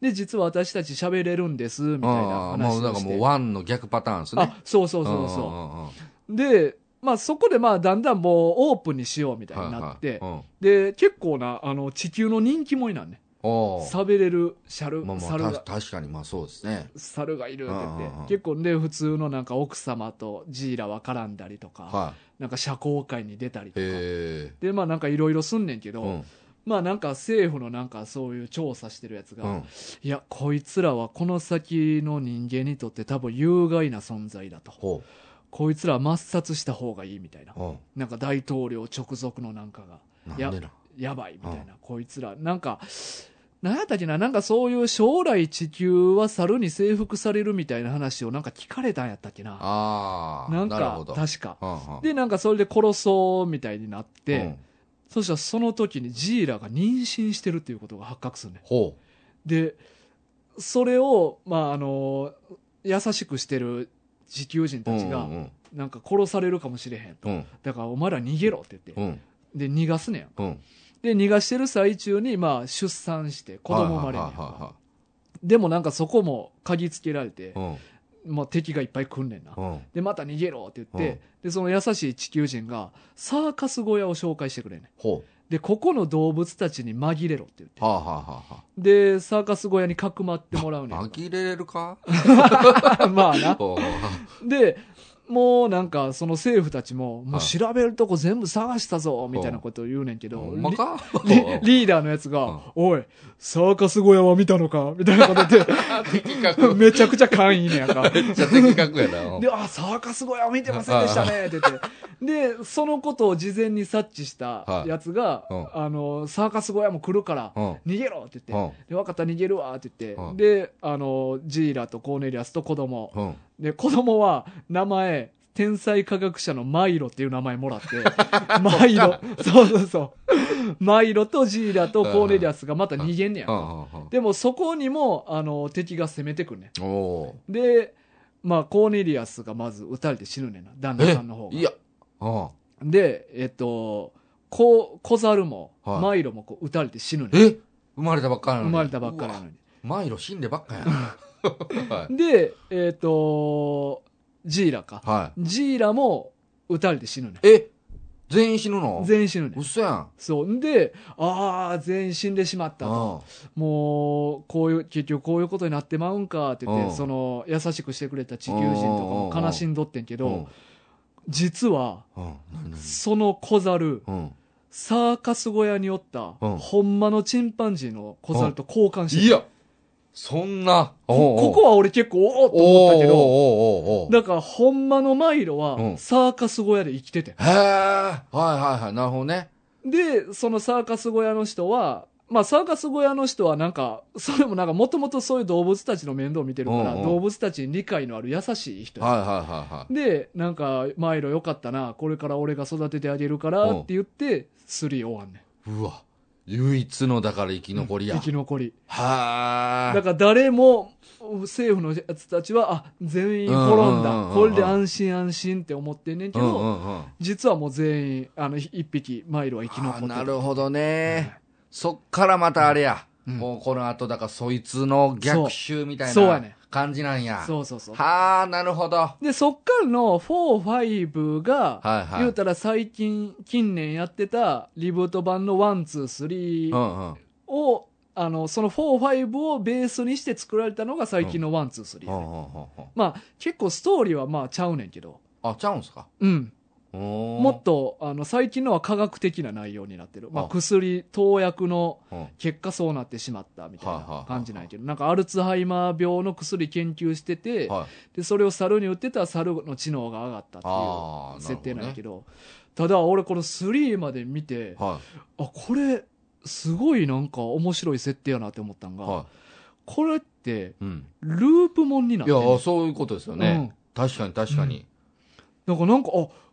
で実は私たち喋れるんですみ
い
た
はい
いな
はい。う
話
んもうなん
を
か
し
も
て
うワンの逆パターンですね。
あそうそうそうそ
そう
でまあそこでまあだんだんもうオープンにしようみたいになって、
はいはいうん
で結構なあの地球の人気者になんね
おー
喋れるシャル、
まあまあ
猿
た
が
確かにまあそうですね。
猿がいるって言って、
うんうんうん
結構で普通のなんか奥様とジーラは絡んだりとか、
はい。
なんか社交界に出たりとか
へ
でまあなんかいろいろすんねんけ
え。
ど、
うん。
まあなんか政府のなんかそういう調査してるやつが、
うん。
いや、こいつらはこの先の人間にとって多分有害な存在だと。
ほ
こいつらは抹殺した方がいいみたいな
う。。うん。
なんか大統領直属のなんかが、
なん
いや
でな。
やばいみたいな。こいつら、なんか、なんやったっけな、なんかそういう将来地球は猿に征服されるみたいな話をなんか聞かれたんやったっけな。
ああ。
なん
なるほ
か、
ど。
確か。
うんうん
で、なんかそれで殺そうみたいになっ
う
て
ん、
そしたらその時にジーラが妊娠してるっていうことが発覚するね。
ほ
でそれを、まあ、あの優しくしてる地球人
う。
たちが
うんうん
なんか殺されるかもしれへんと、
うん。
だからお前ら逃げろって言って、
うん。うん。
で逃がすねん
うん。
で逃がしてる最中に、まあ、出産して子供生まれんねん
はいは
でもなんかそこも嗅ぎつけられて
いはい、はい
まあ、敵がいっぱい来んねんな、
うん。うん。
でまた逃げろって言って、でその優しい地球人がサーカス小屋を紹介してくれんねん
ほ
でここの動物たちに紛れろって言って
う。はあ、はあはあは
でサーカス小屋にかくまってもらうね
あ、
ん
紛れれるか
[laughs] まあな
ほう
でもうなんかその政府たちももう
はい
調べるとこ全部探したぞみたいなことを言うねんけど、
ほんまか
リリ [laughs] リーダーのやつ
うん
が「おいサーカス小屋は見たのか?」みたいなこと言っ
[laughs] 的
て
確。め
[laughs] めちゃくちゃ勘いいねやん
[laughs]
か。
っちゃ的確やな。うん
で、あ、サーカス小屋は見てませんでしたね、って言って。で、そのことを事前に察知したやつが、
はいうん
あの、サーカス小屋も来るから、
うん。
逃げろって言って、
うん。
で、分かった逃げるわって言って、
うん
で、あの、ジーラとコーネリアスと子供、
うん。
で、子供は名前、天才科学者のマイロっていう名前も
[laughs]
らって、マイロ、そうそうそう。マイロとジーラとコーネリアスがまた逃げんねやん
う
か。
んうん
でもそこにも、あの、敵が攻めてくるね
うん。お
ん。で、まあ、コーネリアスがまず撃たれて死ぬねんな。旦那
ー
さんの方
え、い
が。
や。うん。
で、えっと、こ小猿も、
はい
マイロもこう撃たれて死ぬねん。
え生まれたばっかなの
生
に
まれたばっかりな
うわ
のに。
マイロ死んでばっかやな [laughs] はい
で、えっと、ジーラか。
は
ジーラも撃たれて死ぬねん。
いえ全員死ぬの
全員死ぬねん。
嘘やん
そう。んで、ああ、全員死んでしまったと。もう、こういう、結局こういうことになってまうんかって言っ
う
て、
ん
その、優しくしてくれた地球人とかも悲しんどってんけ
うんうん
ど、実は、
うん何々
その小猿、
うん
サーカス小屋におった、
うん
ほんまのチンパンジーの小猿と交換してた
いやそんな
ここ
は
こは俺結構、おおと思ったけど、
おーおーおーおー
だから、ほんまのマイロ
う
は、
ん
サーカス小屋で生きてて。
へえはいはいはいなるほどね
で、そのサーカス小屋の人は、まあサーカス小屋の人はなんか、 [laughs] それもなんかもともとそういう動物たちの面倒を見てるから、
うんうん
動物たちに理解のある優しい人や。
はいはいはいはい
で、なんか、マイロよかったな、これから俺が育ててあげるから
うん
って言って、スリー終わんね
うわ唯一のだから生き残りや。
生き残り。
はあ。
だから誰も、政府のやつたちは、あ、全員滅ん
うんうんうんう
だ。
ん
これで安心安心って思ってんねんけ
うん
ど、
うんうん
実はもう全員、あの、ひ一匹、マイルは生き残って
あ
た
なるほどね。そっからまたあれや。
うん
もうこの後だからそいつの逆襲みたい
そうそうや
な
ね
感じなんや。
そうそうそう。
はあ、なるほど。は
で、そっからの4、5が、
いはい。
言うたら最近、近年やってたリブート版の1、2、
う
3
んうん。
を、あの、その4、5をベースにして作られたのが最近の1、2、3、
ほんほんほんほん
まあ、結構ストーリーはまあちゃうねんけど、
あ、ちゃうんすか
うん。も
も
っと、あの、最近のは科学的な内容になってる。まあ、
あ
薬、投薬の
と。うん
結果そうなってしまったみたい
はいはいはいは
ない感じなんやけど、なんかアルツハイマー病の薬研究してて、
はい。
で、それを猿に打ってたら猿の知能が上がったっていう
ああ、
設定なんやけ
ど。
ど、ただ俺この3まで見て、あ、
は
これ、すごいなんか面白い設定やなって思ったん
い。
が、
は
これって、
い。うん。
ループもんになっ
い
てんねん
や、そういうことですよね。確かに確かに。
なんか、なんか、あ、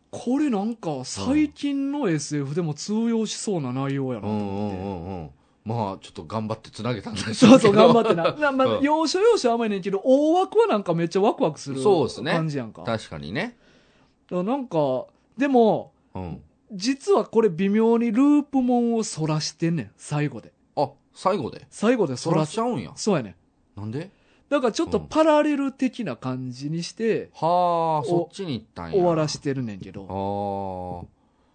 これなんか、最近の SF でも通用しそうな内容やな
う
と
んうん
思っ
う
て。
んうん。まあ、ちょっと頑張ってつなげたんです
そうそう、頑張って
[laughs]
な。なまあ
う、ん
要所要所甘いねんけど、大枠はなんかめっちゃワクワクする
そうっすね
感じやんか。だか
確かにね。
らなんか、でも、
うん。
実はこれ微妙にループ門を反らしてんねん、最後で。
あ、最後で。
最後で
そ
反
ら
ら
し
す。
ちゃうんや。
そうやねん。
なんで
だからちょっとパラレル的な感じにして、
はあ、そっちに行ったんや。
終わらしてるねんけ
あ
ど。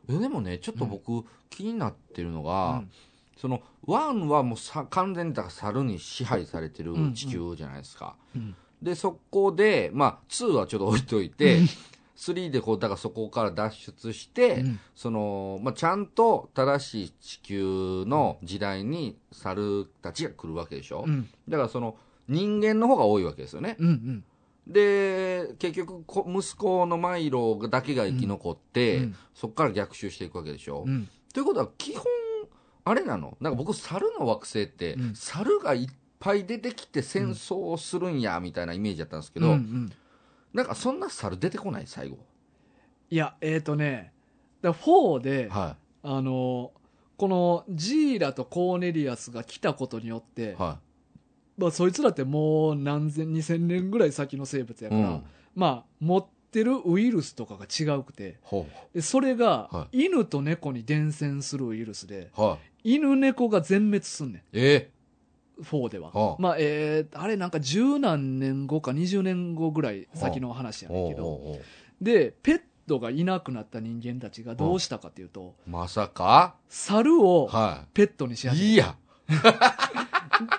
ーえでもね、ちょっと僕、気になってるの
う
が、
ん
その、ワンはもうさ完全にだから猿に支配されてる
うんうん
地球じゃないですか。
うん
で、そこで、まあ、2はちょっと置いといて、3でこう、だからそこから脱出して、
うん
その、まあ、ちゃんと正しい地球の時代に猿たちが来るわけでしょ、
うん、
だからその、人間の方が多いわけですよね。
うん、うん。
で、結局こ、息子のマイロだけが生き残って、
うん
そこから逆襲していくわけでしょ、
うん
ということは、基本、あれなのなんか僕、猿の惑星って、
うん
猿がいっぱい出てきて戦争をするんや、みたいなイメージだったんですけ
う
ど、
んうん。
なんかそんな猿出てこない、最後。
いや、えっ、ー、とね、だから4で、
は
あの、このジーラとコーネリアスが来たことによっ
い。
て、
は
まあそいつらってもう何千、二千年ぐらい先の生物や
い。う
から、
ん。
まあ持ってるウイルスとかが違うくて、
ほ
でそれが
は
犬と猫に伝染するウイルスで、
う。はい。
犬猫が全滅すんね
え
ん、4では。
はあ
まあえー、あれなんか十何年後か20年後ぐらい先の話
え
やねんけど、
おうおうおう
で、ペットがいなくなった人間たちがどうしたかというと、
まさか
猿を
は
ペットにし
い。
始め
いいや。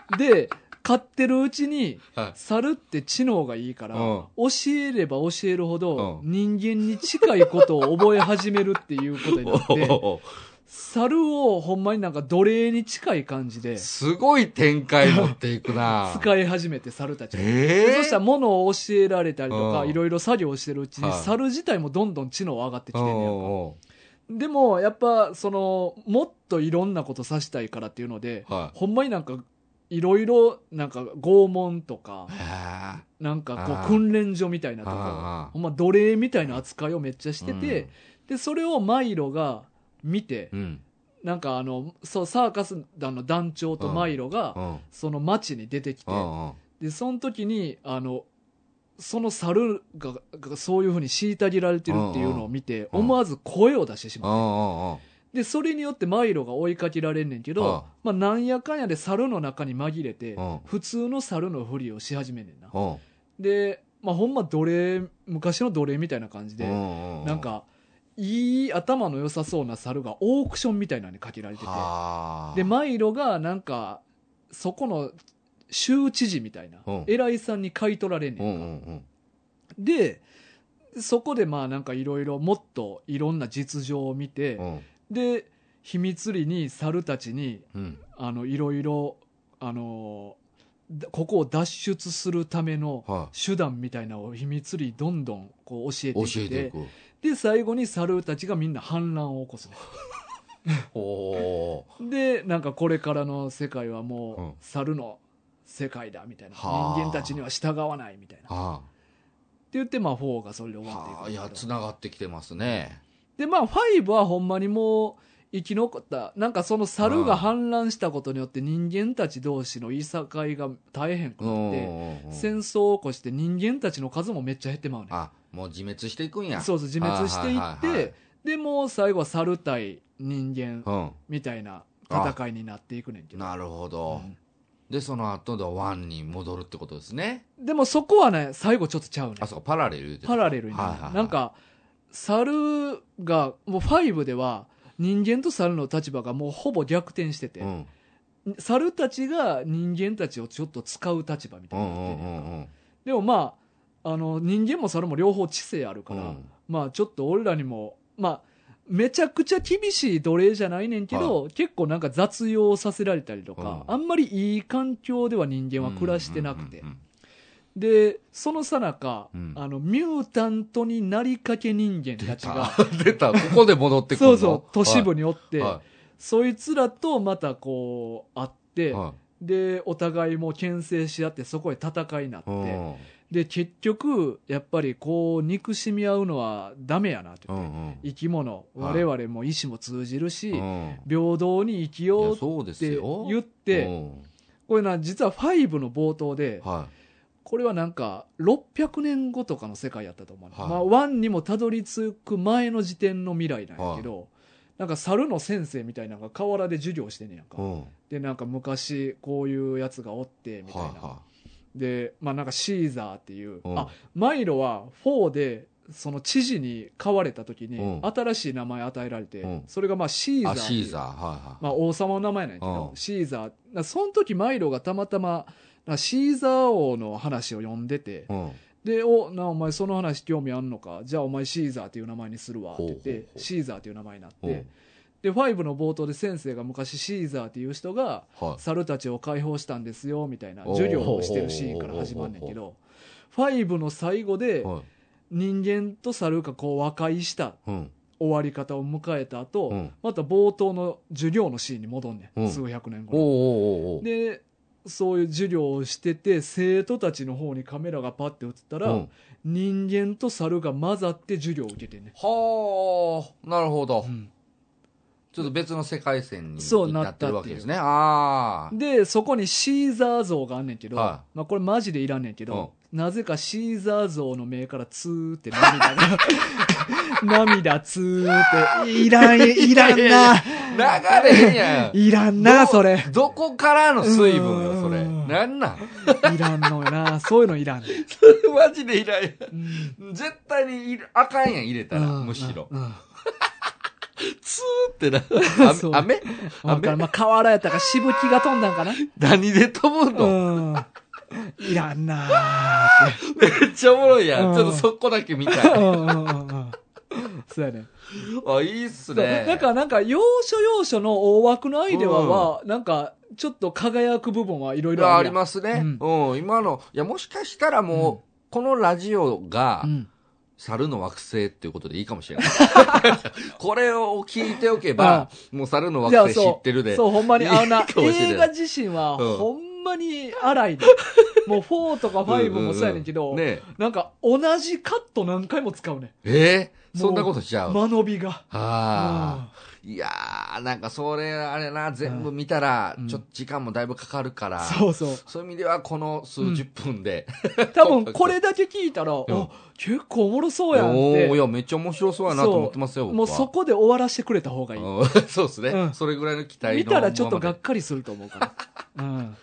たで、飼ってるうちに、
はい。
猿って知能がいいから、
うん
教えれば教えるほど、
う
人間に近いことを覚え始めるっていうことになっ
[laughs] おうお
て、
うお
猿をほんまになんか奴隷に近い感じで
う、すごい展開持ってい
[laughs]
くな。
使い始めて猿たちが。
ええ
でそしたら物を教えられたりとか、
うん
いろいろ作業してるうちに、
はい
猿自体もどんどん知能上がってきてんねやんか
おうお
でも、やっぱ、その、もっといろんなことさしたいからっていうので、
うはい。
ほんまになんか、いろいろ、なんか、拷問とか、
へえ
なんかこ
あ
う、
ー
訓練所みたいなとこ
あー
ほんま奴隷みたいな扱いをめっちゃしてて、
うん
で、それをマイロが見て、
うん。
なんかあの、そう、サーカス団の団長とマイロが、
うん。
その街に出てきて
う、ん。うん
で、その時に、あの、その猿が、がそういうふうに虐げられてるっていうのを見て、
うんうん
思わず声を出してし
う
まう。
ん。うん。
で、それによってマイロが追いかけられんねんけど、まあ、なんやかんやで猿の中に紛れて、
うん
普通の猿のふりをし始めんねんな。
うん。
で、まあ、ほんま奴隷、昔の奴隷みたいな感じで、
で
なん、か、いい頭の良さそうな猿がオークションみたいなのにかけられてて、
はあ
で、マイロがなんか、そこの州知事みたいな
うん、
偉いさんに買い取られん
う
ねん
ん
か。
うんうん。
で、そこでまあなんかいろいろもっといろんな実情を見て
う、ん。
で、秘密裏に猿たちに、
うん。
あの、いろいろ、あのー、だここを脱出するための
はい。
手段みたいなのを秘密裏にどんどんこう教えて
教
いっ
えて
て
い、く。
で、最後に猿たちがみんな反乱を起こすね。
おお
で、なんかこれからの世界はもう、
うん
猿の世界だみたいな。
はあ
人間たちには従わないみたいな。
ー。
って言
は
って、まあ4がそれで
あ。
終わっていく
は
んだ
あ。
け
い
ど。
や、繋がってきてますね。
で、まあ5はほんまにもう、生き残った、なんかその猿が氾濫したことによって人間たち同士のいさかいが大変く
う
な
ん
って、
うんうん
戦争を起こして人間たちの数もめっちゃ減ってまうね。
あもう自滅していくんや
そうそう、自滅してい
あ
っ
ーはいはいはい
て、でもう最後は猿対人間みたいな戦いになっていくねん
う
け
ん
ど。
なるほど、
うん
でその後でワンに戻るってことですね
でもそこはね、最後ちょっとちゃうねん
あ。そうかパラレル言うてた
パラレルになる、
はいはいはい
なんか猿がもう5では人間と猿の立場がもうほぼ逆転してて、
うん
猿たちが人間たちをちょっと使う立場みた
う
いに
ん
な
う
ってる
んう
やんか
んうん
でもまああの人間も猿も両方知性あるから、
うん
まあちょっと俺らにもまあめちゃくちゃ厳しい奴隷じゃないねんけど、結構なんか雑用させられたりとか、
うん
あんまりいい環境では人間は暮らしてなくて、
うんうん
でその最中、
うん
あのミュータントになりかけ人間
うん
たちが
[laughs] 出た出たここで戻ってく
[laughs]
る
そ
の
うそう都市部におって、
は
そいつらとまたこう会って、
いは
でお互いもう牽制し合ってそこへ戦いになっ
い
て、
うん
で結局やっぱりこう憎しみ合うのはダメやなって
う
言って、
ん
生き物
はい
我々も意志も通じるし、
うんうん
平等に生き
い
よう
や
って
そうですよ
言っ
う
て
ん
これな実は5の冒頭で、
は
これはなんか600年後とかの世界やったと思う、
はい
まあ、ワンにもたどり着く前の時点の未来なんやけど、なんか猿の先生みたいなのが河原で授業してんねやんか、
いうんは
でなんか昔こういうやつがおって
い
みたいな、
は
でまあなんかシーザーっていう、
うん
あマイロは4でその知事に飼われた時に
うん
新しい名前与えられて、
うん
それがまあシー
い
ザー
あ
っていう
シーザーはい
ま
は
あ、王様の名前なんやけど、
うん
シーザーなその時マイロがたまたまなシーザー王の話を読んでて、
いうん
で「おなお前その話興味あんのかじゃあお前シーザーっていう名前にするわ」って言って
ほうほうほう
シーザーっていう名前になって、
うん
で5の冒頭で先生が昔シーザーっていう人が
はい
猿たちを解放したんですよみたいな
おう
授業をしてるシーンから始まんねんけ
お
ど5の最後で
はい
人間と猿がこう和解した
うん
終わり方を迎えた後、
うん
また冒頭の授業のシーンに戻んねん、
うん
数百年後
おう
に
おうおうおう
でそういう授業をしてて生徒たちの方にカメラがパッて映ったら、
うん
人間と猿が混ざって授業を受けてんね、
はあなるほど
ん
ちょっと別の世界線に
そう
なってるわけですねああ
でそこにシーザー像があんねんけど、
は
まあ、これマジでいらんねんけど、なぜかシーザー像の目からツーって涙 [laughs] が涙ツーっていらんいらんな
流れへんやん
いらんな
ど
それ
どこからの水分よそれ
うん
なんなん
いらんのよなそういうのいらんねん [laughs]
マジでいらんや
うん
ん絶対にいるあかんやん入れたら
うん
むしろ
うんうん
ツーっ
[laughs]
てな
そう
雨雨
わかるまあ、河原やったからしぶきが飛んだんかな。
何で飛ぶの
うん。いらんなーって。
めっちゃおもろいや。
うんん
ちょっとそこだけ見た
う [laughs]
い。
んうんうんうんそうやね。
あ、いいっ
そ
す
う
ね。
なんか、なんか、要所要所の大枠のアイデア
うん
は、なんか、ちょっと輝く部分はいろいろ
あ
あ
り
るやん。
ますね。うん、今の、いや、もしかしたら
うん
もう、このラジオが
う、ん。
猿の惑星っていうことでいいかもし
[laughs]
れない。これを聞いておけば、もう猿の惑星知ってるで。
そう、ほんまに、あの
いい
な、
かもしれない
映画自身は、
うん
ほんまに荒
[laughs]
いで。もう4とか5もそうやねんけど、
うううんね
なんか、同じカット何回も使うね。
ええそんなことしちゃう。
間延びが。
ああ。いやー、なんかそれ、あれな、全部見たら
う、ん
ちょっと時間もだいぶかかるから。
そうそう。
そういう意味では、この数十分で。
多分これだけ聞いたら、あ
ん
結構おもろそう
い
や
や
んっ
おーい
て。
や、めっちゃ面白そうやなと思ってますよ、僕
もう
は
そこで終わらせてくれた方がいい。
うん [laughs] そうですね、
うん
それぐらいの期待の
見たらちょっと
ま
が
ま
っかりすると思う
[laughs]
から。うん。
で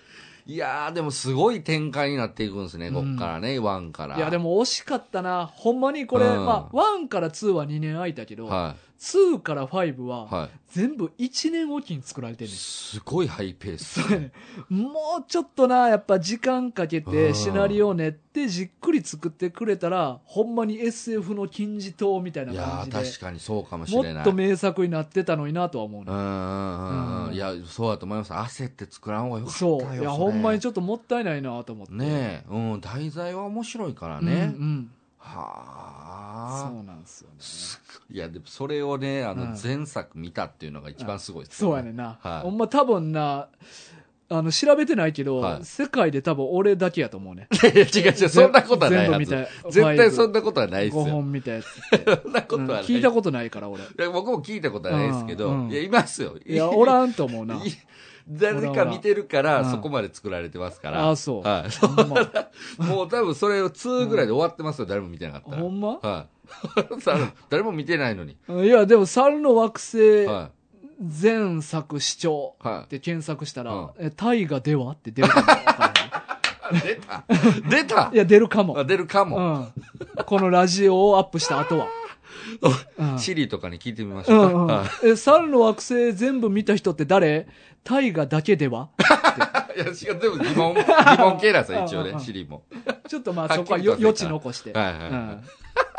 いやーでもすごい展開になっていくんですね、
うん
こっからねワンから
いや、でも惜しかったな。ほんまにこれ、
うん
まあ、1から2は2年空いたけど、
は
2から5
い
は
は
全部1年おきに作られて
い
んねん。
すごいハイペ
[laughs]
ース
そうやね
[laughs]
もうちょっとな、やっぱ時間かけ
う
て、
ん
シナリオ練って、じっくり作ってくれたら、ほんまに SF の金字塔みたいない
や
感
ー
じで、
確かにそうかもし
も
れ
っ
ない
と名作になってたのになとは思うね
うんうんうんう
うんん
いやそうだと思います焦って作らん方がよかったよ
そう。い
れ
や、ほんまにちょっともったいないなと思って。
ねえ、うん、題材は面白いから
うん
ね、
うん。
はあ
そうなんですよね。
いやでもそれをねあ
う
の
ん
前作見たっていうのが一番すごいです
そうやねん
はい
な。ほんま多分な、あの、調べてないけど、
はい
世界で多分俺だけやと思うね。
[laughs] いやいや違う違う、そんなことはない
全部
は
見
ず。
た
絶対そん
な
なことはないです
5
よ。
本見たやつ。
そんなことはない。
聞いたことないから、俺。
いや僕も聞いたことはないですけ
う
ど
ん、うん
いや、いますよ。
いや、おらんと思うな。
[laughs] い誰か見てるか
おらお
ら、
ら
そこまで作られてますから。
あ、そう。
はい [laughs]
ほんま。
もう多分それを2ぐらいで終わってますよ、誰も見てなかったら。
ほんま
はい。 [laughs] さあ誰も見てないのに。
いや、でも、猿の惑星、
は
前作視聴
い。は
って検索した
うん
ら、え大河ではって出るかもわから
い。出た [laughs] 出た
ん。いや、出るかも。
[laughs] あ出るか
う
も。
ん。このラジオをアップした後は。うん
シリとかに聞いてみまし
う
ょう
うん
ん [laughs] か。は、。
え、猿の惑星全部見た人って誰大河だけではい [laughs]
いや、違う、でも疑問、 [laughs] 疑問系なんですよ、一応
うんうん
ね、
うん
シリも。
ちょっとまあ
はっき
そ
り
ことは
は
よ
せんか
余
ら
地残して。
はいはいうは
ん。 [laughs]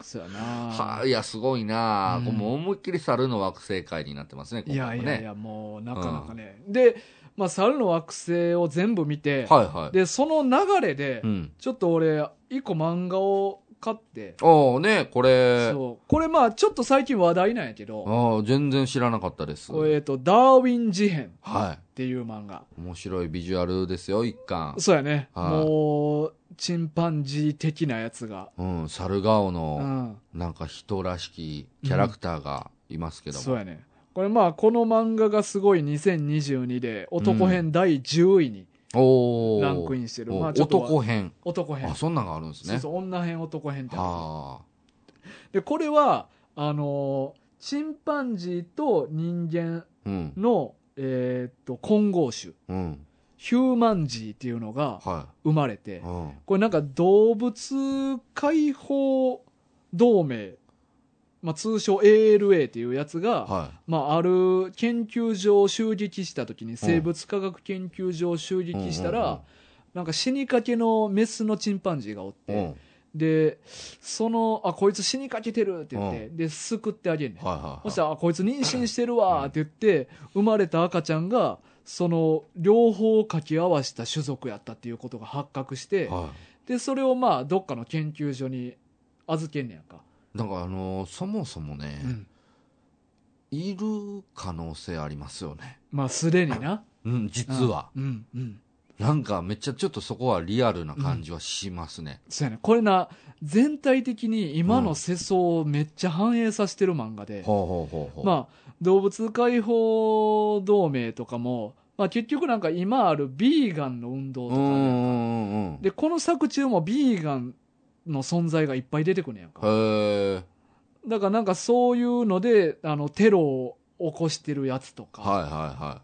そうやな
はあいや、すごいなあ
うん
これもう思いっきり猿の惑星会になってますね、
い
今
や
回
い
も
やい
ね。
や、もうなかなかね。で、まあ猿の惑星を全部見て、
はいはい。
で、その流れで
う、ん。
ちょっと俺、一個漫画を買って、
ああ、ね、これ、
そう。これまあちょっと最近話題なんやけど、
ああ、全然知らなかったです。
これえっと、ダーウィン事変っ
は
ていう漫画。
い。面白いビジュアルですよ、一巻。
そうやね。
はい
もう、チンパンジー的なやつが。
うん、猿顔の、
うん。
なんか人らしきキャラクターがいますけども。
そうやね。これまあ、この漫画がすごい2022で、男編第10位に
おお。
ランクインしてる。
お
まあ、ちょっと
男編。
男編
あ、。そんなんがあるんです
そう
ね。
そう、女編、男編ってある
は
で、これは、あのーチンパンジーと人間
あ。うん。
の、えーっと、混合種、
うん。
ヒューマンジーっていうのが
は
生まれ
い。
て
う、ん。
これなんか動物解放同盟、まあ、通称 ALA っていうやつが、
は
まあ、ある研究所を襲撃した時に生物科学研究所を襲撃したら、
うんうんうん
なんか死にかけのメスのチンパンジーがおっ
い。
て、
うん。はい
でそのあこいつ死にかけてるって言って、で救ってあげるねん、
は
そし
い
たらあこいつ妊娠してるわって言って生まれた赤ちゃんがその両方を掛け合わせた種族やったっていうことが発覚して、
はい。は
でそれをまあどっかの研究所に預けんねやんか、
い。なんかあのーそもそもね、
うん
いる可能性ありますよね。
まあすでにな
うん、実は。
うんうん
なんかめっちゃちょっとそこはリアルな感じはしますね。
そうやね。これな、全体的に今の世相をめっちゃ反映させてる漫画で、
ほうほうほうほう。
まあ、動物解放同盟とかも、まあ結局なんか今あるビーガンの運動と
う
か
んう
ね、
んうんうん。
で、この作中もビーガンの存在がいっぱい出てくるんやんか。
へえ。
だからなんかそういうので、あの、テロを起こしてるやつとか、
はいは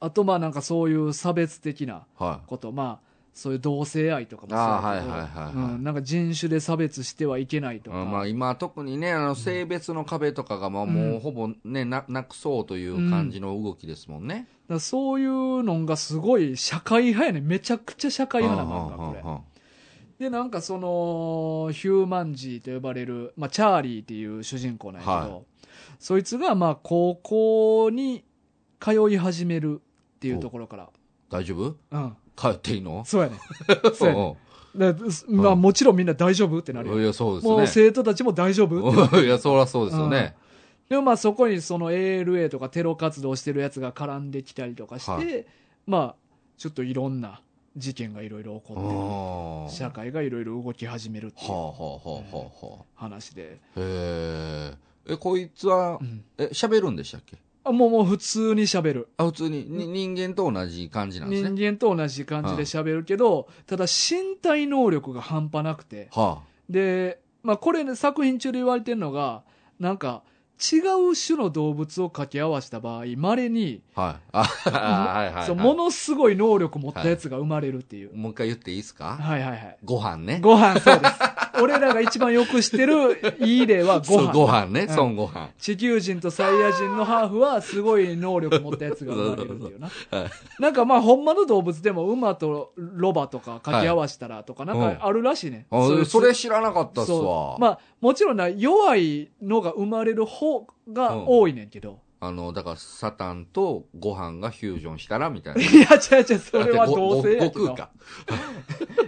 あとまあなんかそういう差別的ない
はい。は
こと、まあ、そういう同性愛とかもそうやけど
あーはいはいはいはい
うんなんか人種で差別してはいけないとか。
い。まあ今特にね、あの性別の壁とかがまあ
うん
もうほぼね、ななくそうという感じの動きですもんね。
だからそういうのがすごい社会派やねめちゃくちゃ社会派な漫画これ
は
でなんかそのヒューマンジーと呼ばれる、まあ、チャーリーっていう主人公なんやけど、
は
そいつがまあ高校に通い始めるっていうところから
大丈夫
うん
帰っていいの
そうやね
[laughs]
そうやねだからまあ、
うん
もちろんみんな大丈夫ってなるよ、
うんいや、そう
もう
ですね。
生徒たちも大丈夫ってなる
[laughs] いや、そりゃそうですよね。
でもまあそこにその ALA とかテロ活動してるやつが絡んできたりとかして、
は
まあちょっといろんな事件がいろいろ起こ
う
ってる
ん。は
社会がいろいろ動き始めるってい
あは
う
あはあはあは
話で、
あ。へえ。え、こいつは
う、ん
え、喋るんでしたっけ
あもうもう普通に喋る、
あ、普通に、に人間と同じ感じなんです
人
ね。
間と同じ感じで喋るけど、ただ身体能力が半端なくて
は
で、まあ、これ、ね、作品中で言われてるのがなんか違う種の動物を掛け合わせた場合まれに、
あ。はい。あ、はいはいはい。
そうものすごい能力持ったやつが生まれるっていう、
もう一回言っていいですか
はい、はいはい
ご飯ね。
ご飯そうです俺らが一番よくしてるいい例はご
そうご
飯
飯ね。
うん
孫ご飯。
地球人とサイヤ人のハーフはすごい能力持ったやつが生まれるっていうな。
はい
なんかまあ、ほんまの動物でも馬とロバとか掛け合わせたらとか、なんかあるらしいね。
あ
うい
そうれ知らなかったっす
そ
わ。
うまあ、もちろんな、弱いのが生まれる方が多いねんけど。
あの、だから、サタンとご飯がフュージョンしたらみたいな。
いや、違う違う、 [laughs] それは同性や
悟
けど
空。か。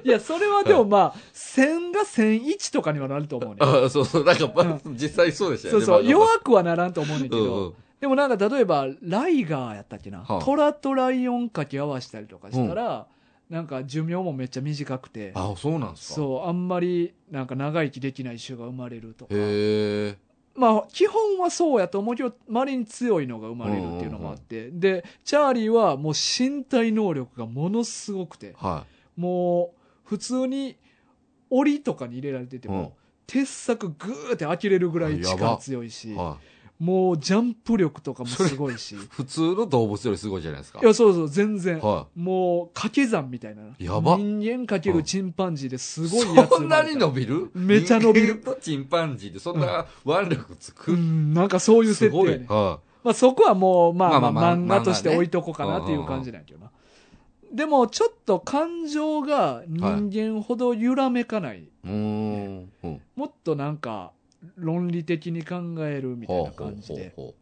いや、それはでもまあ、1000が1001とかにはなると思うねん。
[laughs] あそうそう。なんか、実際そうでしたよ
そう
ね。
そう、
まあ
弱くはならんと思うねんけ
うんう
ど
ん、
でもなんか例えば、ライガーやったっけな、
はい
虎とライオン掛け合わせたりとかしたら、なんか寿命もめっちゃ短くて、
あそうなんですか
そう、あんまりなんか長生きできない種が生まれるとか。
へえ
まあ、基本はそうやと思うけど、まれに強いのが生まれるっていうのもあって、で、チャーリーはもう身体能力がものすごくて、
は
もう普通に檻とかに入れられてて
い
も、鉄柵グーって開けれるぐらい力強い
うん
し、
は
もうジャンプ力とかもすごいし。
い、普通の動物よりすごいじゃないですか
いや、そうそう、全然。
は
もう、掛け算みたいな。
やば
人間かけるチンパンジーです
い、
ごいやつ
そ
生
ん
ま
な
れた。
に伸びる
めちゃ伸びる
人間とチンパンジーでそんな腕力つく、
うん、なんかそういう
す
設定
ご
や
い、
ね、
は
まあそこはもう、まあ
ま
ま
あま
あ
あ
漫画として
漫画ね
置いとこうかなっていう感じなんやけどな。でも、ちょっと感情が人間ほど揺らめかない。
い、うーん、うん、
もっとなんか、論理的に考えるみたいな感じで。
ほ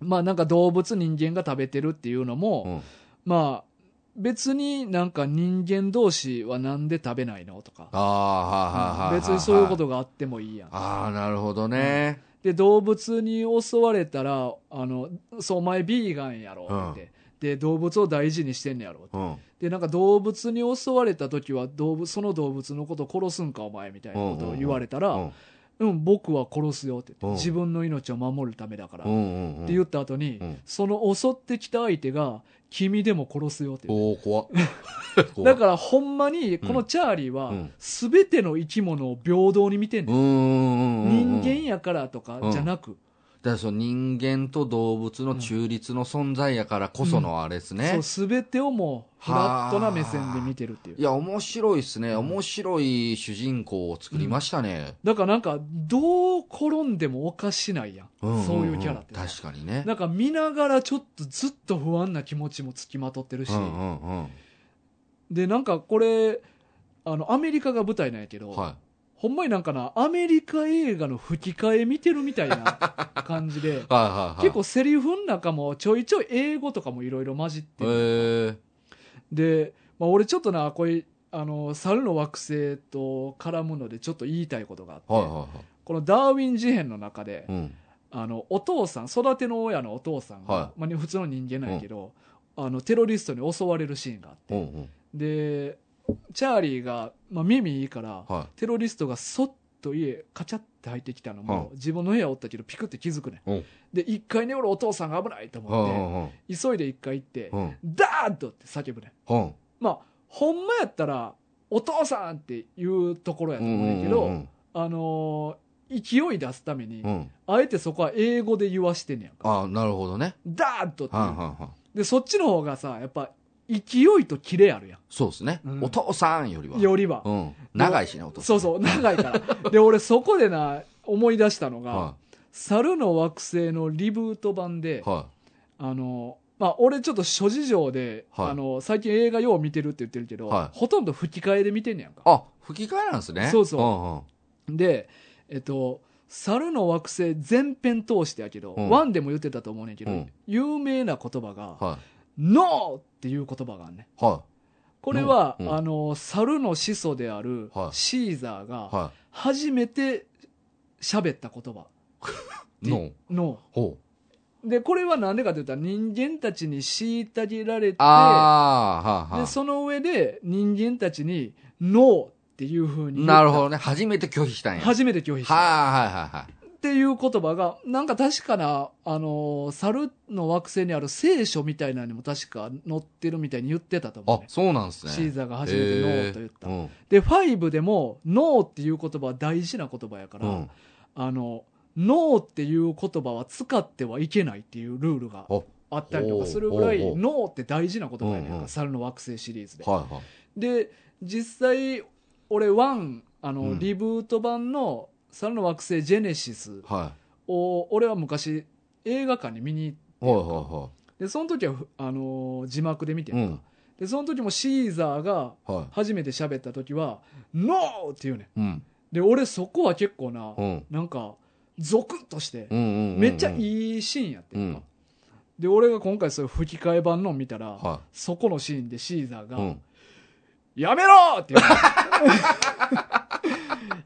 まあなんか動物人間が食べてるっていうのも、
うほうほう、うん、
まあ、別になんか人間同士はなんで食べないのとか。
ああはあはあはあはあ
別にそういうことがあってもいいやん。
ああなるほどね、
で、動物に襲われたら、あの、そう、お前ビーガンやろって。で、動物を大事にしてんねやろって。
うん
で、なんか動物に襲われた時は動物、その動物のこと殺すんかお前みたいなことを言われたら、
う
うん
ん
僕は殺すよって言って
うん
自分の命を守るためだから。
う
っ
んうんうん、
て言った後に、
うん
その襲ってきた相手が、君でも殺すよって言って
おお怖
[laughs]
っ怖
だ
っ
からほんまに、このチャーリーは
うん、
すべての生き物を平等に見てん
う
ね
ー
ん。
んうんうんうん
人間やからとかじゃなく、
だからその人間と動物の中立の存在やからこそのあれですね、
そう、すべてをもう、フラットな目線で見てるっていう
い。や面白いですね面白い主人公を作りましたね、
だからなんか、どう転んでもおかしないやん。
んんん
そういうキャラってね。
確かにね
なんか見ながらちょっとずっと不安な気持ちもつきまとってるし
う、んうんうん
で、なんかこれ、あの、アメリカが舞台なんやけど、
は
ほんまになんかな、アメリカ映画の吹き替え見てるみたい
[laughs]
な感じで
い、はいはいはい
結構セリフの中もちょいちょい英語とかもいろいろ混じってる、
えー、
で、まあ、俺ちょっとなこれあの猿の惑星と絡むのでちょっと言いたいことがあって、
はいはいはい
このダーウィン事変の中で、
うん
あのお父さん育ての親のお父さんが、
は
まあ、普通の人間なんやけど、あのテロリストに襲われるシーンがあって
うんうん
でチャーリーが、まあ、耳いいから、
は
テロリストがそっと家カチャって入ってきたのも、
はい
自分の部屋おったけどピクって気づくねん
うん
で1階におるお父さんが危ないと
いうん
思
う
って、
んうん
急いで一回行って
う、ん
ダーッとって叫ぶねん。
うん
まあ、ほんまやったら、お父さんっていうところやと思うねんけ
う
ど、
ん
あのー勢い出すために
う、ん
あえてそこは英語で言わしてんねやんか。
ああなるほどね
ダーッとって
はいはい
いう。
はい
で、そっちの方がさ、やっぱ、勢いとキレあるや
そうですね、
うん
お父さんよりは
ん。よりは
う。ん、長いしねお父さ
そ
ん
うそう、長いから。で、俺そこでな、思い出したのが
は、
猿の惑星のリブート版で
い、は
あの、まあ、俺ちょっと諸事情で、
はい
あの、最近映画よう見てるって言ってるけど、
はい
ほとんど吹き替えで見てんねやんか
い、。あ吹き替えなんですね
そうそうん
うん
で、えっと、猿の惑星全編通してやけど、
うん
ワンでも言ってたと思うねんけど、
うん
有名な言葉が、
は
NO! っていう言葉があんねん。
いは
これは、
うんうん
あの、猿の始祖である
はい
シーザー
い
が、
は
初めて喋った言葉、
いの
NO。
ほう
で、これはなんでかって言ったら、人間たちに虐げられて、
ああはあ
で、
はあ
その上で人間たちに、NO! っていう風に言った。
なるほどね初めて拒否したんや
初めて拒否した。
はいはいはいはい
っていう言葉が、なんか確かな、あのー猿の惑星にある聖書みたいなのにも確か載ってるみたいに言ってたと思う、
あ
ね。
そうなんですね
シーザーが初めてノーと言った。
へー
で、ファイブでも、ノーっていう言葉は大事な言葉やから、
うんうん
あの、ノーっていう言葉は使ってはいけないっていうルールが
お
あったりとかするぐらい、
おうおう
ノーって大事な言葉やねんか、
うんうん
猿の惑星シリーズで。
はいはい
で実際俺ワンあの、
うん
リブート版の「猿の惑星ジェネシス
は
を」俺は昔映画館に見に行って
いはいは
でその時はふあのー字幕で見て
いはいうんん
か、でその時もシーザーが
はい
初めて喋った時は「NO!」って言うねん
うん
で俺そこは結構な、
うん
なんかゾクッとして、
うんうんうん
めっちゃ
い
いいシーンやってんか、
うん
で俺が今回そういう吹き替え版のを見たら、
は
そこのシーンでシーザー
い
が「
うん
やめろって言うの
[laughs]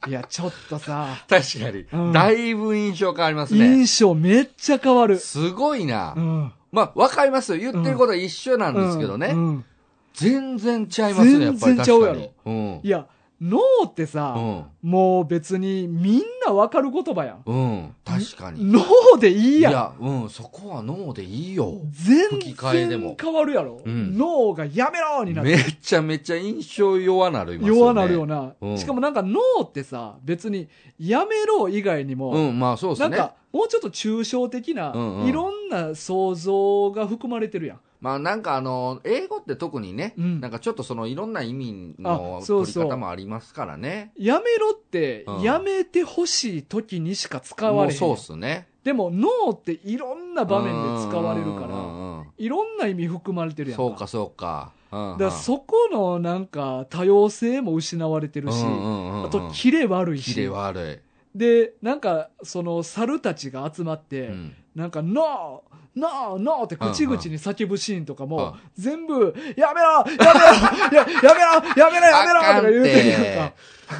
いや、ちょっとさ、
確かに、
うん
だいぶ印象変わりますね。
印象めっちゃ変わる。
すごいな。
うん。
まあ、わかりますよ。言ってることは一緒なんですけどね。
うんうん
全然ちゃいますね、やっぱり。
全然ちゃうやろ
確かに
いや、脳ってさ、
うん。
もう別にみんなわかる言葉やん。
うん。うん。確かに。
脳でいい
い
やん。
や、うん、そこは脳でいいよ。吹
全
き替えでも
然変わるやろ。
うん
脳がやめろになって
めちゃめちゃ印象弱なる、今。
弱なるよな、
うん
しかもなんか脳ってさ別にやめろ以外にも、
うん、まあそうで
な
す
ん
ね。
かもうちょっと抽象的な、
うんうん
いろんな想像が含まれてるやん
まあなんかあの、英語って特にね、
うん
なんかちょっとそのいろんな意味の
あそう
取り
そう
方もありますからね。
やめろって、
うん
やめてほしい時にしか使
も
わ
う
れへん
そう
やん
っすね。
でも脳っていろんな場面で使われるか
うんうん
ら
うんうん
いろんな意味含まれてるやん
そうかそうか。うんうん
だからそこのなんか多様性も失われてるし、
うんうんうんうん
あとキレ悪い
キ
し
レ悪
でなんかその猿たちが集まっ
い。
て、
うん
なんか、ノーノーノーって口々に叫ぶシーンとか
うんう
も
ん、
全部、やめろやめ [laughs] ろややめろやめろやめろと
あか
か
ん
言うてるやん
て
か。。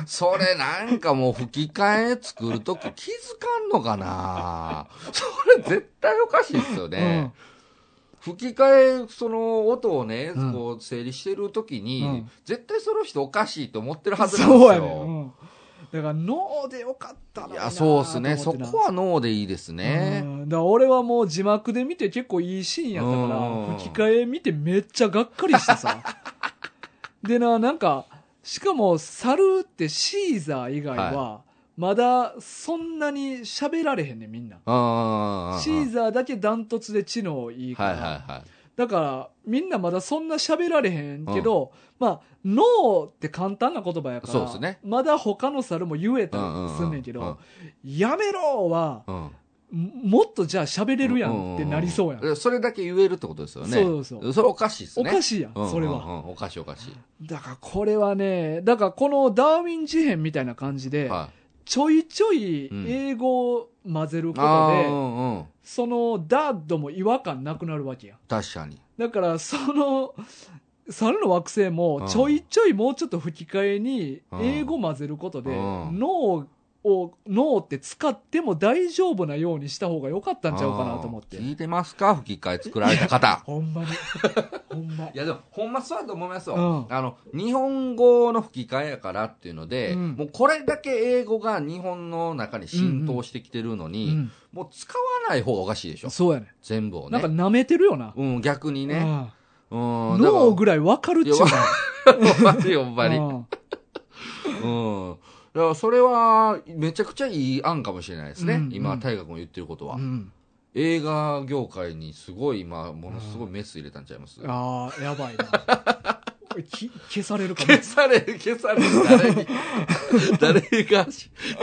それなんかもう吹き替え作るとき気づかんのかな [laughs] それ絶対おかしいですよね。吹き替え、その音をね、
うん
こう整理してるときに、
うん
絶対その人おかしいと思ってる
う
は
ん
ずなんですよ。
そうやねんうん。だから、ノーでよかった
い
な。
や、そうですね。
と
そ
思って
こ
な
は脳でいいです
う
ね。
んだから俺はもう字幕で見て結構いいシーンやった
う
か
ん
ら、吹き替え見てめっちゃがっかりして
[laughs]
さ。でな、なんか、しかも猿ってシーザー以外は、まだそんなに喋られへんねんみんな。
ああ。
シーザーだけダントツで知能いいから、
はいはいはい。
だからみんなまだそんな喋られへんけど、まあ脳って簡単な言葉やから
そうですね
まだ他の猿も言えた
うんう
り
ん
すんねんけど、
うんうん
やめろは
うん。
もっとじゃあ喋れるやんってなりそうやん、
んんんそれだけ言えるってことですよね。
そうそうそう
それおかしいです
お
ね。
かしいやん、
うんうんうん
それは、
おかしいおかしい。
だからこれはねだからこのダーウィン事変みたいな感じで、
は
ちょいちょい
うん
英語を混ぜる
い。
こ
あ
と
あ、
で、
うんうん。
そのダッドも違和感なくなるわけやん
確かに。
だからその猿の惑星
う
も
ん
ちょいちょいもうちょっと吹き替えに
うん
英語混ぜることで
うん
脳を脳って使っても大丈夫なようにした方が良かったんちゃうかなと思って
うん聞いてますか吹き替え作られた方。
ほんまにほんま
[laughs] いやでも、ほんまそうだと思いますよ。
うん
あの、日本語の吹き替えやからっていうので、
うん
もうこれだけ英語が日本の中に浸透してきてるのに、
うん
もう使わない方がおかしいでしょ
そうやね
全部をね。
なんか舐めてるよな
うん、逆にね。
ね
うん。だから
脳ぐらいわかるっちゅう
いや [laughs] ほんまにほんまに。うん。
で
だからそれは、めちゃくちゃいい案かもしれないですね。
うんう
今、
ん
大河君言ってることは。映画業界にすごい、今、ものすごいメス入れたんちゃいます
ああやばいなき消されるかも
消される、消され
[laughs]
る、誰に。誰が、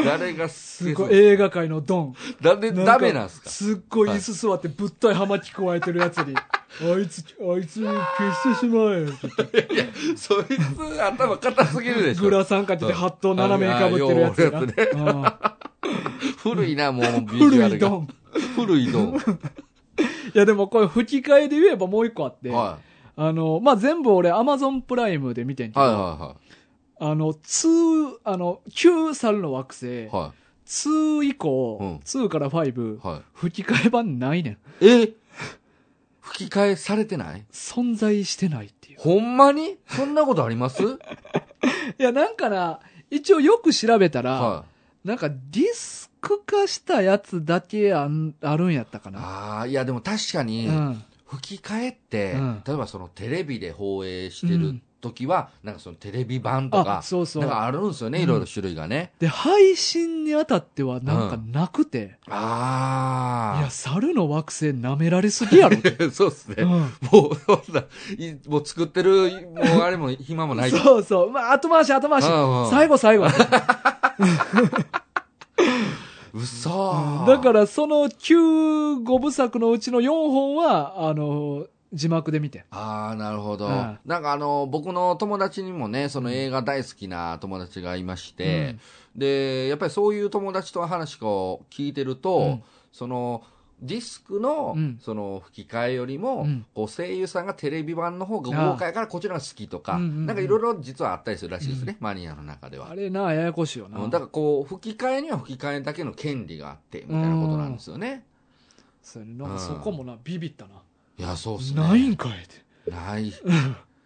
誰が、
すごい映画界のドン
なんで
か
ダメなんすか
すっごい椅子座ってぶっとい葉巻加えてるやつに、あいつ、あいつ消してしまえって言って。
そいつ、頭硬すぎるでし
グ
ょ。
ラサンかけてハットを斜めにかぶってるやつ
ああよう
が。
古いな、もう、ビ
うん
ジュア
古
ル
いド
が。
ン。
古いドン。
いやでもこれ吹き替えで言えばもう一個あって、
は
あの、まあ、全部俺 Amazon プライムで見てん
い。
けど、
はいは
あの、2、あの、9猿の惑星、
いはい。は
2以降、
うん
2から5
い。、はい。
吹き替え版ないねん。
え吹き替えされてない
存在してないって
[laughs]
いう。
ほんまにそんなことあります
いやなんかな、一応よく調べたら、
は
なんかディスク化したやつだけあんあるんやったか
い。
な。
ああ、いやでも確か
う
に、
ん。
吹き替えって、
うん
例えばそのテレビで放映してる時は、なんかそのテレビ版と
あ、
か、
そうそ
なん
う。
かあるんですよね、
うん
いろいろ種類がね。
で、配信にあたってはなんかなくて、いや、
あ
猿の惑星舐められすぎやろって。
あ。 [laughs] そうですね。
うん
もう、そんな、いもう作ってる、もうあれも暇もない。
そうそう。まあ、後回し後回し
うんうん。
最後最後。うん [laughs]
嘘、
だからその9、5部作のうちの4本は、あの、字幕で見て。
ああ、なるほど。
うん
なんかあの、僕の友達にもね、その映画大好きな友達がいまして、で、やっぱりそういう友達と話を聞いてると、
うん
その、ディスクの、
うん
その吹き替えよりも、
うん
こう声優さんがテレビ版の方が豪快やからこっちの方が好きとか、
うんうんうん
なんかいろいろ実はあったりするらしいですね、マニアの中では
あ。れな、ややこしいよな。
うんだからこう吹き替えには吹き替えだけの権利があってみたいなことなんですよね。
そうやねなん
う
か
ん
そこもな、ビビったな。
いやそうっすね。
ないんかいって。
ない。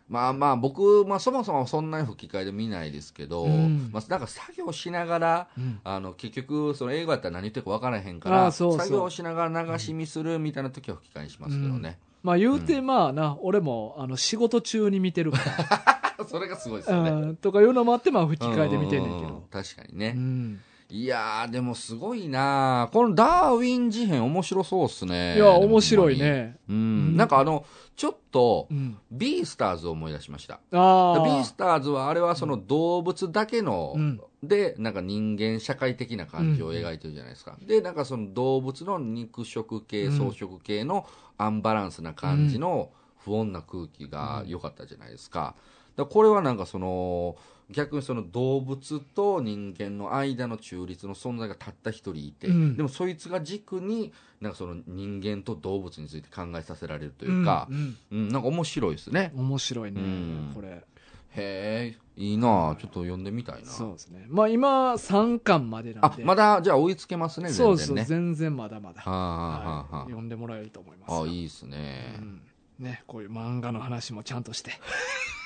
まあまあ僕、まあ、そもそもそんなに吹き替えで見ないですけど、
うん
まあ、なんか作業しながら
うん
あの結局その英語やったら何言ってるか分からへんか
あー
ら
そうそう
作業しながら流し見するみたいな時は吹き替えにしますけどね、
まあ言うて、まあな、俺も、あの、仕事中に見てるか
[laughs] それがすごいですよ
ら、
ね、
うんとかいうのもあって、まあ吹き替えで見てんねんけ
ううう
ど。
確かに
う
ね、
ん。
いやーでもすごいなーこのダーウィン事変面白そうっすね
いや、面白いね。
うん、
ん
なんかあのちょっと
うん。
ビースターズを思い出しました
ああ。
ビースターズはあれはその動物だけの、
うん
でなんか人間社会的な感じを描いてるじゃないですか、でなんかその動物の肉食系
うん
草食系のアンバランスな感じの不穏な空気が良かったじゃないですか,、だからこれはなんかその逆にその動物と人間の間の中立の存在がたった一人いて、
うん
でもそいつが軸になんかその人間と動物について考えさせられるというか、
んん
うんなんか面白いですね。
面白いね、
うん
これ
へえ、いいなあちょっと読んでみたいな。
そうですねまあ今3巻までなん
あ
で、
まだ、じゃあ追いつけますね、全然
そ
ね。
うそう全然まだまだ、
はあ、はあ、
は、
はい
呼んでもらえると思います
あ。あ、
い、
いいですね
う。んね、こういう漫画の話もちゃんとして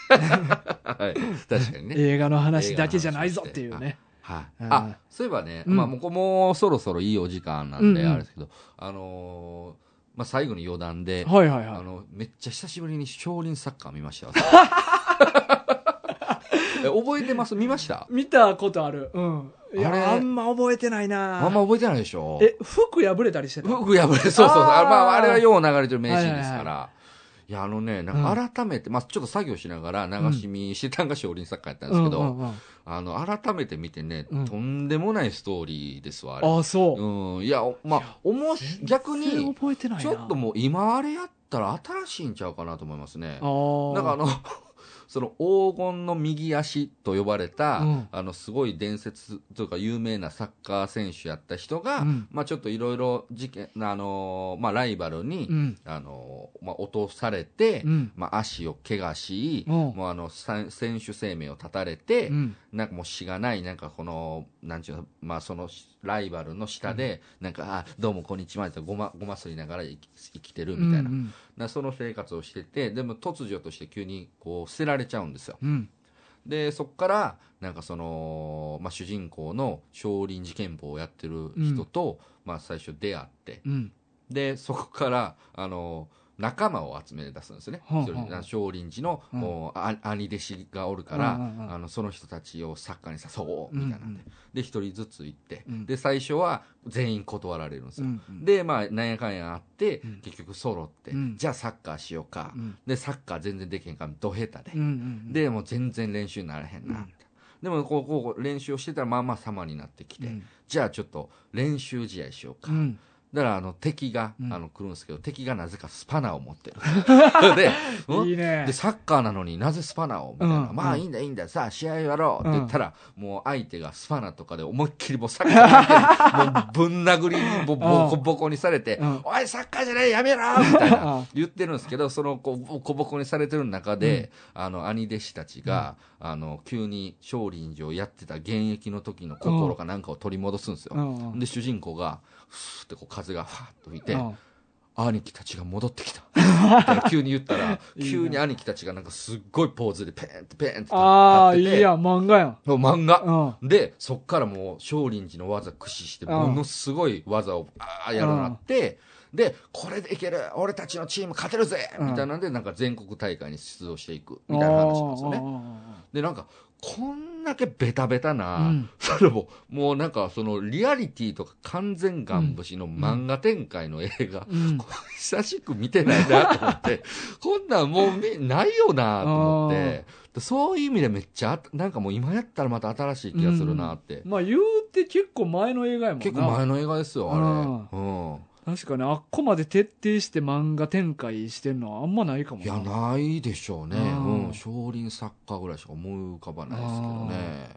はい。 [laughs] 確かにね。
映画の話だけじゃないぞっていうね
はい。
うん
あ、そういえばね、
うん
まあ、もうこもうそろそろいいお時間なん
う
で、
んうん
あれですけど、あのーまあ、最後に余談で、
はいはい
あ
は
の、めっちゃ久しぶりに少林サッカー見ま
[laughs]
した。え覚えてます見ました
い見たことあるうんい
あれ
やあんま覚えてないな
あんま覚えてないでしょ
え服破れたりしてた
服破れ、そうそうそう。
あ
あ
ー
まあ、あれはよう流れてる名シーンです
はい
か
は
ら。いや、あのね、なんか改めて、まあ、ちょっと作業しながら流し見してたんが少林サッカーやったんですけど、
うんうんうん
あの、改めて見てね、
うん
とんでもないストーリーですわ、あれ。
あそう、
うん。いや、おまあ、おもし、逆
全然
に、
覚えてないな
ちょっともう今あれやったら新しいんちゃうかなと思いますね。
あ
なんかあ
の
の、その黄金の右足と呼ばれた、
うん
あのすごい伝説というか有名なサッカー選手やった人が、
うん
まあちょっといろいろ事件、あのーまあライバルに、
うん
あのーまあ落とされて、
うん
まあ足を怪我し、
うん
もうあのさ選手生命を絶たれて、
うん
なんかもうしがない、なんかこの、なんちゅうの、まあそのライバルの下で、なんか、あ、どうもこんにちはってごま、ごますりながら生き生きてるみたいな
う。ん
なその生活をしててでも突如として急にこう捨てられちゃうんですよ
うん
でそこからなんかその、まあ、主人公の少林寺拳法をやってる人と、まあ、最初出会って
うん
でそこからあの仲間を集め出すんですね、
はあはあ
それで少林寺の、
うん
もうあ兄弟子がおるから、
うんうんうん
あのその人たちをサッカーに誘おうみたいなんで、
う
で一人ずつ行って、
うん
で最初は全員断られるんです
う
よ、
ん
でまあなんやかんやあって、
うん
結局揃って、
うん
じゃあサッカーしようか、
うん
でサッカー全然できへんからドヘタで、
うんうん
でもう全然練習にならへんな、
うん
でもこうこう練習をしてたらまあまあ様になってきて、
うん
じゃあちょっと練習試合しようか、
うん
だからあの敵が、
うん
あの来るんですけど敵がなぜかスパナを持っ
[laughs]
てるでん
いいね
でサッカーなのになぜスパナをみたいな、
うん
まあ
うん
いいんだいいんださあ試合やろうって言ったら、もう相手がスパナとかで思いっきりもうサッカーやってるもうぶん殴りにボボコボコにされて「
うん
おいサッカーじゃないやめろ!」みたい
ああ
な言ってるんですけどそのこうボコボコにされてる中で、あの兄弟子たちが、あの急に少林寺をやってた現役の時の心かなんかを取り戻すんですよ。
うんうん
で主人公がふーってこう風がファーっと吹いて、
うん
兄貴たちが戻って
[laughs]
きた。みたいな急に言ったら、
いいな
急に兄貴たちがなんかすっごいポーズでペーンってペーンって立ってて。
ああいいやん漫画やん
もう漫画。
う
で、そっからもう少林寺の技駆使して、
うん
ものすごい技をあーやるようになって、で、これでいける俺たちのチーム勝てるぜ
うん
みたいなんで、なんか全国大会に出場していく、
ん
みたいな話なんですよね。
ね
で、なんか、こんだけベタベタな、
うん
それも、もうなんか、その、リアリティとか完全ガン節の漫画展開の映画、
うん
これ久しく見てないなと思
[laughs]
って、こんなんもうみないよなと思って、でそういう意味でめっちゃあ、なんかもう今やったらまた新しい気がするなって。
まあ言うて結構前の映画やもんな
結構前の映画ですよ、あれ。
う
うん。
確かにあっこまで徹底して漫画展開してるのはあんまないかも
いや、ないでしょうね。
うん
うん。少林サッカーぐらいしか思い浮かばないですけどね。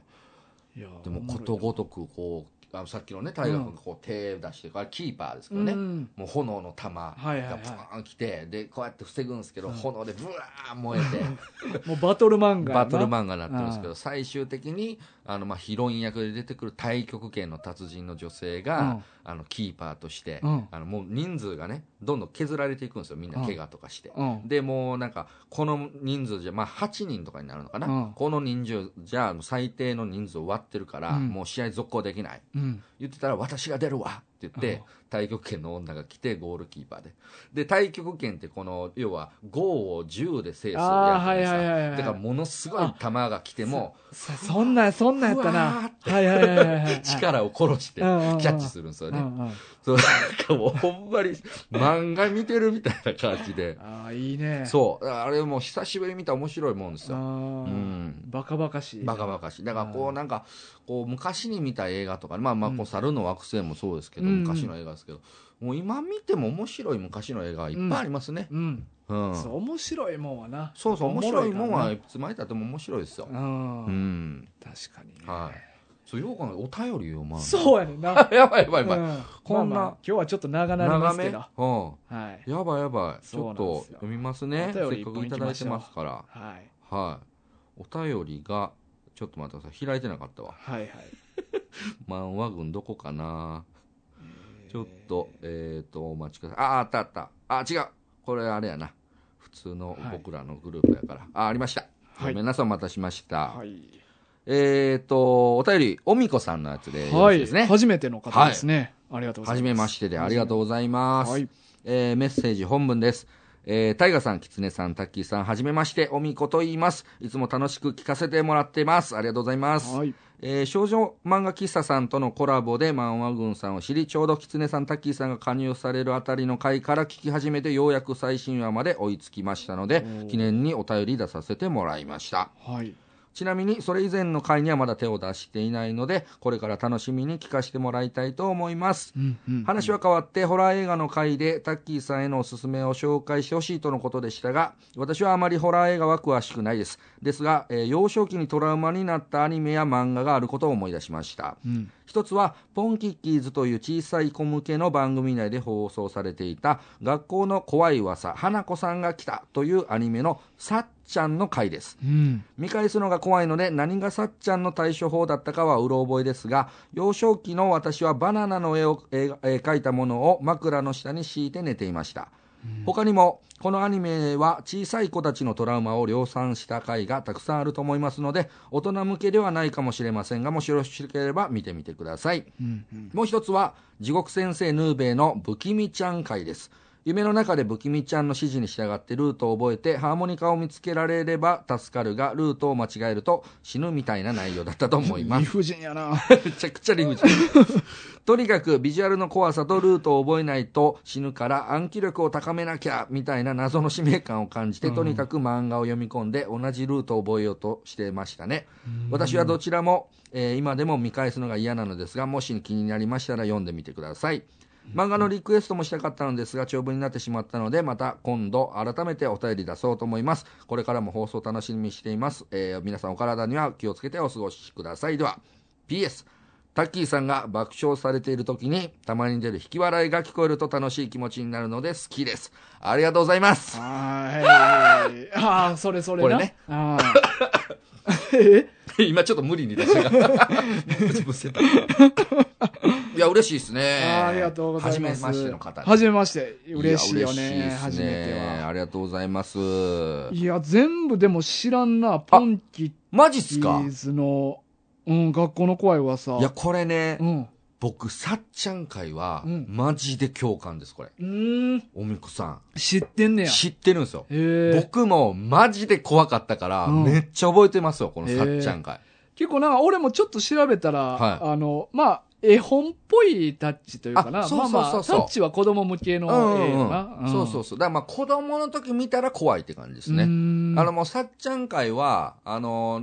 いや
でも、ことごとく、こう、あのさっきのね大河君がこう手出してこれキーパーですけどね、
うん
もう炎の玉
はいはいは
が
い
プーン来て、でこうやって防ぐんですけど、
うん
炎でブワー燃えて。
もうバトル漫画やな
バトル漫画になってるんですけど最終的にあの、まあ、ヒロイン役で出てくる太極拳の達人の女性が、あのキーパーとして、
うん
あのもう人数がねどんどん削られていくんですよみんな
うん
怪我とかして。
うん
でもうなんかこの人数じゃ、まあ、8人とかになるのかな、
うん
この人数じゃもう最低の人数を割ってるから、
うん
もう試合続行できない
うん
言ってたら私が出るわって言っ
うん
て太極拳の女が来てゴールキーパーでで太極拳ってこの要は5を10で制するやつじ
あー
ゃな
はいい
です
は
か
いはいはい
だからものすごい球が来ても
そそんなんそんなんやった
ふわー
な
っ
はいはいはいはいはい
力を殺して
う
キ
んうんう
ャ
ん
ッチするんですよ
う
ね
んうん
そうなんかもうほんまに漫画見てるみたいな感じで
ああいいねう
そうあれもう久しぶりに見た面白いもんです
あ
よう
ー
ん
バカバカしい
バカバカしいだからこ
う
うんなんかこう昔に見た映画とかまあまあこ
う
うん猿の惑星もそうですけ
う
ど、
ん
昔の映画ですけどもう今見ても面白い昔の映画いっぱいありますね、
うん
うん
そう面白いもんはな
そうそう
おも
面
ろ
白
い
い
から
も
なん
はいつまでたっても面白いですよ
う
うんん
確かにね
はいそうよう考えたらお便り読 [laughs] まん
そうやねんな
やばいやばいやばい、
うん
こんな
まあまあ今日はちょっと長なりま
長
す
め
け
うん
どはい
やばいやばいち
そう
ょ
な
っ
んですよ
と読みますねせ
お便り
っかくいただいてますから
はい
はいお便りがちょっと待ってください開いてなかったわ
はいはい
漫画群どこかなちょっと、えっ、と、お待ちください。あ、あったあった。あ、違う。これあれやな。普通の
はい
僕らのグループやから。あ、ありました。
はい
ごめんなさい、お待たせしました。
はい
えっ、と、お便り、おみこさんのやつでよろ
は
しい
い
ですね。
初めての方ですねありがとうござ
は
い
じ
ます
めましてでありがとうございます。
はい
えーメッセージ本文です。えー、タイガさん、キツネさん、タッキーさん、はじめまして、おみこと言います。いつも楽しく聞かせてもらってます。ありがとうございます。
はい
えー少女漫画喫茶さんとのコラボで漫画軍さんを知り、ちょうど狐さん、タッキーさんが加入されるあたりの回から聞き始めて、ようやく最新話まで追いつきましたので
おー、
記念にお便り出させてもらいました。
はい
ちなみに、それ以前の回にはまだ手を出していないので、これから楽しみに聞かせてもらいたいと思います。
うんうん
話は変わって、ホラー映画の回でタッキーさんへのおすすめを紹介してほしいとのことでしたが、私はあまりホラー映画は詳しくないです。ですが、えー幼少期にトラウマになったアニメや漫画があることを思い出しました。
うん
一つは、ポンキッキーズという小さい子向けの番組内で放送されていた、学校の怖い噂、花子さんが来たというアニメのさっちゃんの回です。
うん
見返すのが怖いので何がさっちゃんの対処法だったかはうろ覚えですが幼少期の私はバナナの絵をえーえー描いたものを枕の下に敷いて寝ていました、他にもこのアニメは小さい子たちのトラウマを量産した回がたくさんあると思いますので大人向けではないかもしれませんがもしよろしければ見てみてください
うんうん
もう一つは、地獄先生ヌーベイの不気味ちゃん会です。夢の中で不気味ちゃんの指示に従ってルートを覚えてハーモニカを見つけられれば助かるが、ルートを間違えると死ぬみたいな内容だったと思います
理。不尽やな
めちゃくちゃ理不尽。とにかくビジュアルの怖さとルートを覚えないと死ぬから暗記力を高めなきゃみたいな謎の使命感を感じて、とにかく漫画を読み込んで同じルートを覚えようとしてましたね。私はどちらも、えー今でも見返すのが嫌なのですが、もし気になりましたら読んでみてください。漫画のリクエストもしたかったのですが、長文になってしまったので、また今度改めてお便り出そうと思います。これからも放送楽しみにしています。えー皆さんお体には気をつけてお過ごしください。では、PS、タッキーさんが爆笑されている時に、たまに出る引き笑いが聞こえると楽しい気持ちになるので好きです。ありがとうござい [laughs] ます。
はーい。ああ、それそれな。
これね
あ
[laughs]
ーえ
今 [laughs] ちょっと無理に出したから。ぶせ [laughs] た。いや、嬉しいですね。
あーありがとうございます。
はじめましての方で
はじめまして。嬉しいよ
や嬉
ね。
しいっ
初
す
めては。
ありがとうございます。
いや、全部でも知らんな。ポンキッ
マジっ
キ
すか
ーズの、うん、学校の怖い噂。
いや、これね
う、ん。う
僕、さっちゃん会は、
うん
マジで共感です、これ。
ーん。
おみこさ
知ってんね
ん。
や。
知ってるんですよ。
へえ。
僕もマジで怖かったから、
うん
めっちゃ覚えてますよ、この
へえ
さっちゃん会。
結構なんか、俺もちょっと調べたら、
は
あの、まあ、絵本っぽいタッチというかな。
あそう
まあ
そう
ま
そ
あ、
う
タ
そう
ッチは子供向けの絵よな。
うんそうそううそう。だからまあ子供の時見たら怖いって感じです
ん。
ね。
ね
あの、もうさっちゃん会は、あの、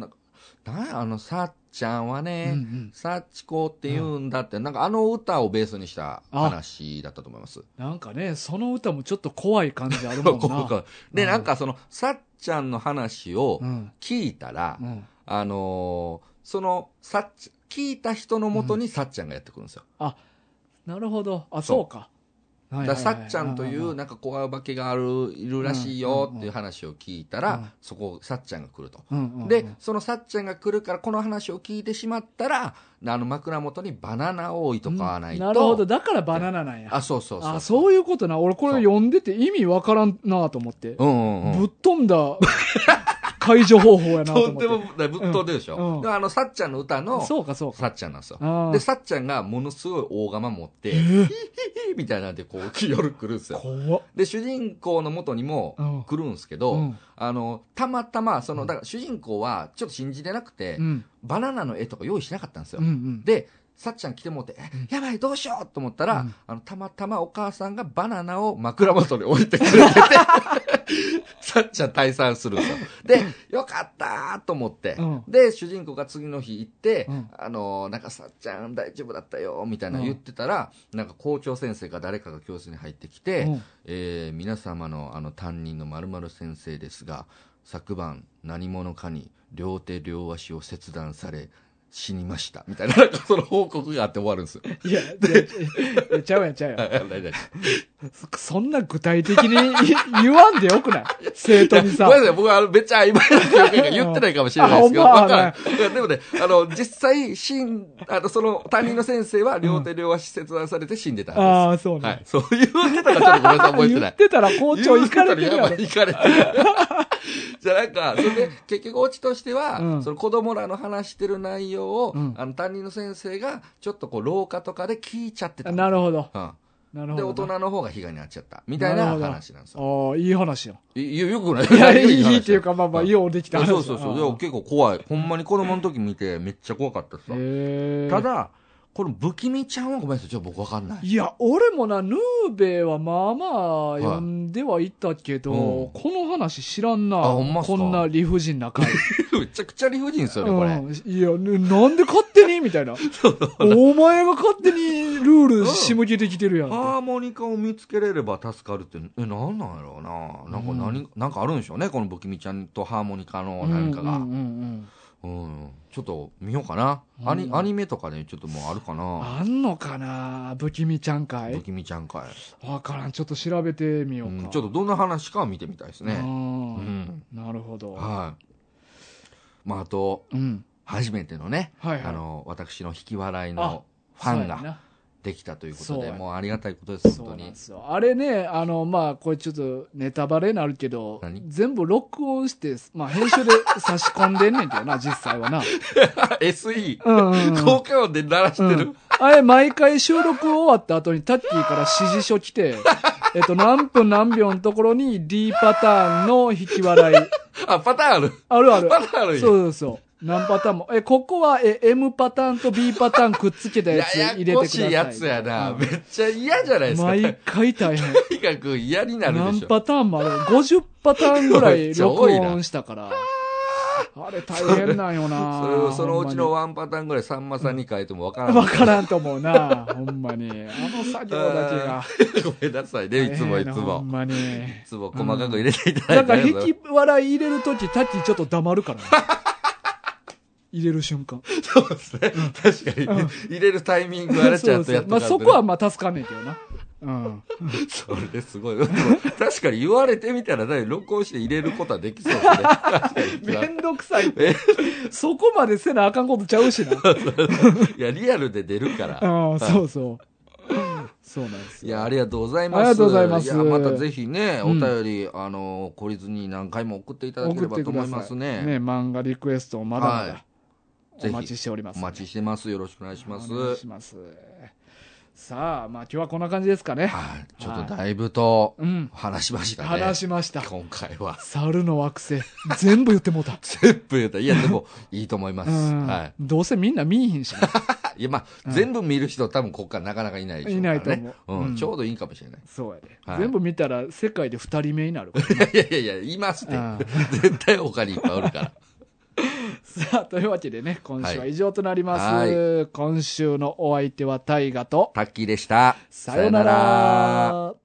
ななんやあのさっちゃんは
うんう
ね、
ん、
さっちこうって言うんだって、なんかあの歌をベースにした話だったと思います。
なんかね、その歌もちょっと怖い感じある
[laughs]
もんな。
こうかで、
うん
なんかその、さっちゃんの話を
うん。
聞いたら、
うん。
あのーその、さっち、聞いた人のもとにさっちゃんがやってくるんですよ。
なるほど。あ、
そう
そうか。はいは
だ
い
さ
はい
っちゃんとい
あああ
うなんか怖いお化けがあるいるらしいよっていう話を聞いたら、
うんうん
そこさっちゃんが来ると、
うんうんうん
でそのさっちゃんが来るからこの話を聞いてしまったらあの枕元にバナナを置いとかわないと、
なるほど。だからバナナなんや。
あそうそうそう
あ、そういうことな。俺これ読んでて意味わからんなと思って。
うんうんうん
ぶっ飛んだ解除方法やなと
と
思
ん
って。
でもぶっ飛んでるでしょ、
うんうん
であのさっちゃんの歌の
そうかそうか。
さっちゃんなんですよ
ああ
でさっちゃんがものすごい大釜持って、ヒヒヒみたいなんでこう夜来るんですよ
怖っ。
で主人公の元に
うん
も来るんですけど、
うん
あのたまたまそのだから主人公はちょっと信じれなくて、
うん。
バナナの絵とか用意しなかったんですよ、
うんうん。
でさっちゃん来てもうて、えやばいどうしようと思ったら、
うん
あのたまたまお母さんがバナナを枕元に置いて
[laughs]
くれててさっちゃん退散するんですよでよかったーと思って、
うん
で主人公が次の日行って、
うん
あのーなんかさっちゃん大丈夫だったよみたいなの言ってたら、なんか校長先生か誰かが教室に入ってきて、
うん
えー皆様のあの担任の〇〇先生ですが昨晩何者かに両手両足を切断され死にましたみたいななんかその報告があって終わるんですよ
いや、で、いやちゃうやんちゃうやん。
大丈夫
そんな具体的にい言わんでよくない生徒にさ
[laughs] ごめ。んなさい、僕はあのめっちゃ曖昧な記憶が言ってないかもしれないですけど、
あほんま
わからんでもね、あの、実際、死ん、あの、その担任の先生は両手両足切断されて死んでたんです。
ああ、そうね。
はい。そう言ってたからちょっとごめんなさい、覚えてな
言
い
っ。てたら校長行かれてるやろ。
行かれてる。じゃあなんか、それで、結局オチとしては、
うん
その子供らの話してる内容を、
うん
あの、担任の先生が、ちょっとこう、廊下とかで聞いちゃってた。
あなるほど。
う
なる
ん。
ほ
で、
ど。
大人の方が被害になっちゃった。みたいな話なんですよ。
ああ、いい話よ。
いよよく [laughs] ない
いや、いい
話
っていうか、まあまあ、
ん
ようできた話。
そうそうそう。いや
ん
結構怖い。ほんまに子供の時見て、めっちゃ怖かったっすわ
へえ。
ただ、この不気味ちゃんはご [laughs] めんなさい、ちょっと僕わかんない。
いや、俺もな、ヌーベイはまあまあ読んではいたけど、
うん
この話知らんな。
あほんまっすか
こんな理不尽な回。
めちゃくちゃ理不尽ですよね、これ。
うん、いや、ねなんで勝手にみたい
[laughs]
な。お前が勝手にルール仕向けてきてる
[laughs]
やんって。
ハーモニカを見つけれれば助かるって、え、なんなんやろうな。なんか何、なんかあるんでしょうね、この不気味ちゃんとハーモニカの何かが。
う
うん
うん
ん
うんうん
ちょっと見ようかな。アニ
うん
アニメとかね、ちょっともうあるかな。
あんのかな不気味ちゃんか
不
い
気味ちゃんか
わからん。ちょっと調べてみ
い、
ようか。
うんちょっとどんな話かは見てみたいです
う
ね。うんん。
なるほど。
はい。まあ、あと、
うん。
初めてのね、
はいはい。
あの、私の引き笑いのファン
そうや
が
な
できたというこ
そ
と
う
で、
やな
もうありがたいことです、
そう
本当
なん
に
で。すよ。あれね、あの、まあ、これちょっとネタバレになるけど
何、
全部録音して、まあ、編集で差し込んでんねんけ
[laughs]
どな、実際はな。
SE、
うんうんうん
効果音で鳴らして
う
る
ん。あれ、毎回収録終わった後にタッキーから指示書来
[laughs]
て、えっと、何分何秒のところに D パターンの引き笑い。
あ、パターンある。
あるある。
パターンあるんや
そうそうそう。何パターンも。え、ここは、え、M パターンと B パターンくっつけたやつ
や
入れて
や
く
こ
だ
し
さい。
いやつやな、
うん
めっちゃ嫌じゃないですか。
毎回大変。
とにかく嫌になるで
何
しょ。
パターンもある。50パターンぐら
めっ
い
[laughs] ちゃ
録
多いな
音したから。あれ大変なんよな。
[laughs] それをそのうちの
ほんま
ワンパターンぐらいさんまさんに変えてもわから
に
な
わ
い。
からんと思うな。ほんまに。あの作業だけが。
ごめんなさいね、 [laughs] いつもい
大変や
つ
なほ
も
ん。まに。
いつも細かく入れていた
ない
だ
ん
てあ
か
りがとうございます。
引き笑い入れるとき、タッキーちょっと黙るからね。
[laughs]
入れる瞬間。
そうですね。確かにね。入れるタイミングあれちゃんとやっと
ま
か
あ
んと
そ
ね
こはまあ助かんねんけどな。うん。
それすごい。でも確かに言われてみたら、だいぶ録音して入れることはできそ
[laughs]
うですね。確かに
めんどくさいって。そこまでせなあかんことちゃうし
[laughs]
な。
いや、リアルで出るから。
ああ、そうそう。そうなんです
い
よ。
や、ありがとうございます。
ありがとうございます
や、またぜひね、お
うん
便り、あの、懲りずに何回も送っていただければと思いますね。
ね、漫画リクエストをまだまだ
ぜ
お
ひ
待ちしておりま
お
す。
待ちしてます。よろしくお願いします。
お願いします。さあ、まあ今日はこんな感じですかね。
はい。ちょっとだいぶと、
うん。
話しましたね。
話しました。
今回は。
猿の惑星。全部言ってもう
[laughs]
た。
全部言うた。いや、でも、いいと思います。
うん
は
どうせみんな見えへんしな。
い。いや、まあ、全部見る人、多分ここからなかなかいないでしょうからね。
いないと思う
う
うん
ん。ちょうどいいかもしれない。 [laughs]
そうやで。
はい
全部見たら世界で二人目になるから。
いやいやいや、いますって
うん。
絶対他にいっぱいお
[laughs]
るから。
さあ、というわけでね、今週は以上となります。
は
今週のお相手は大ガと、
タッキーでした。
さよなら。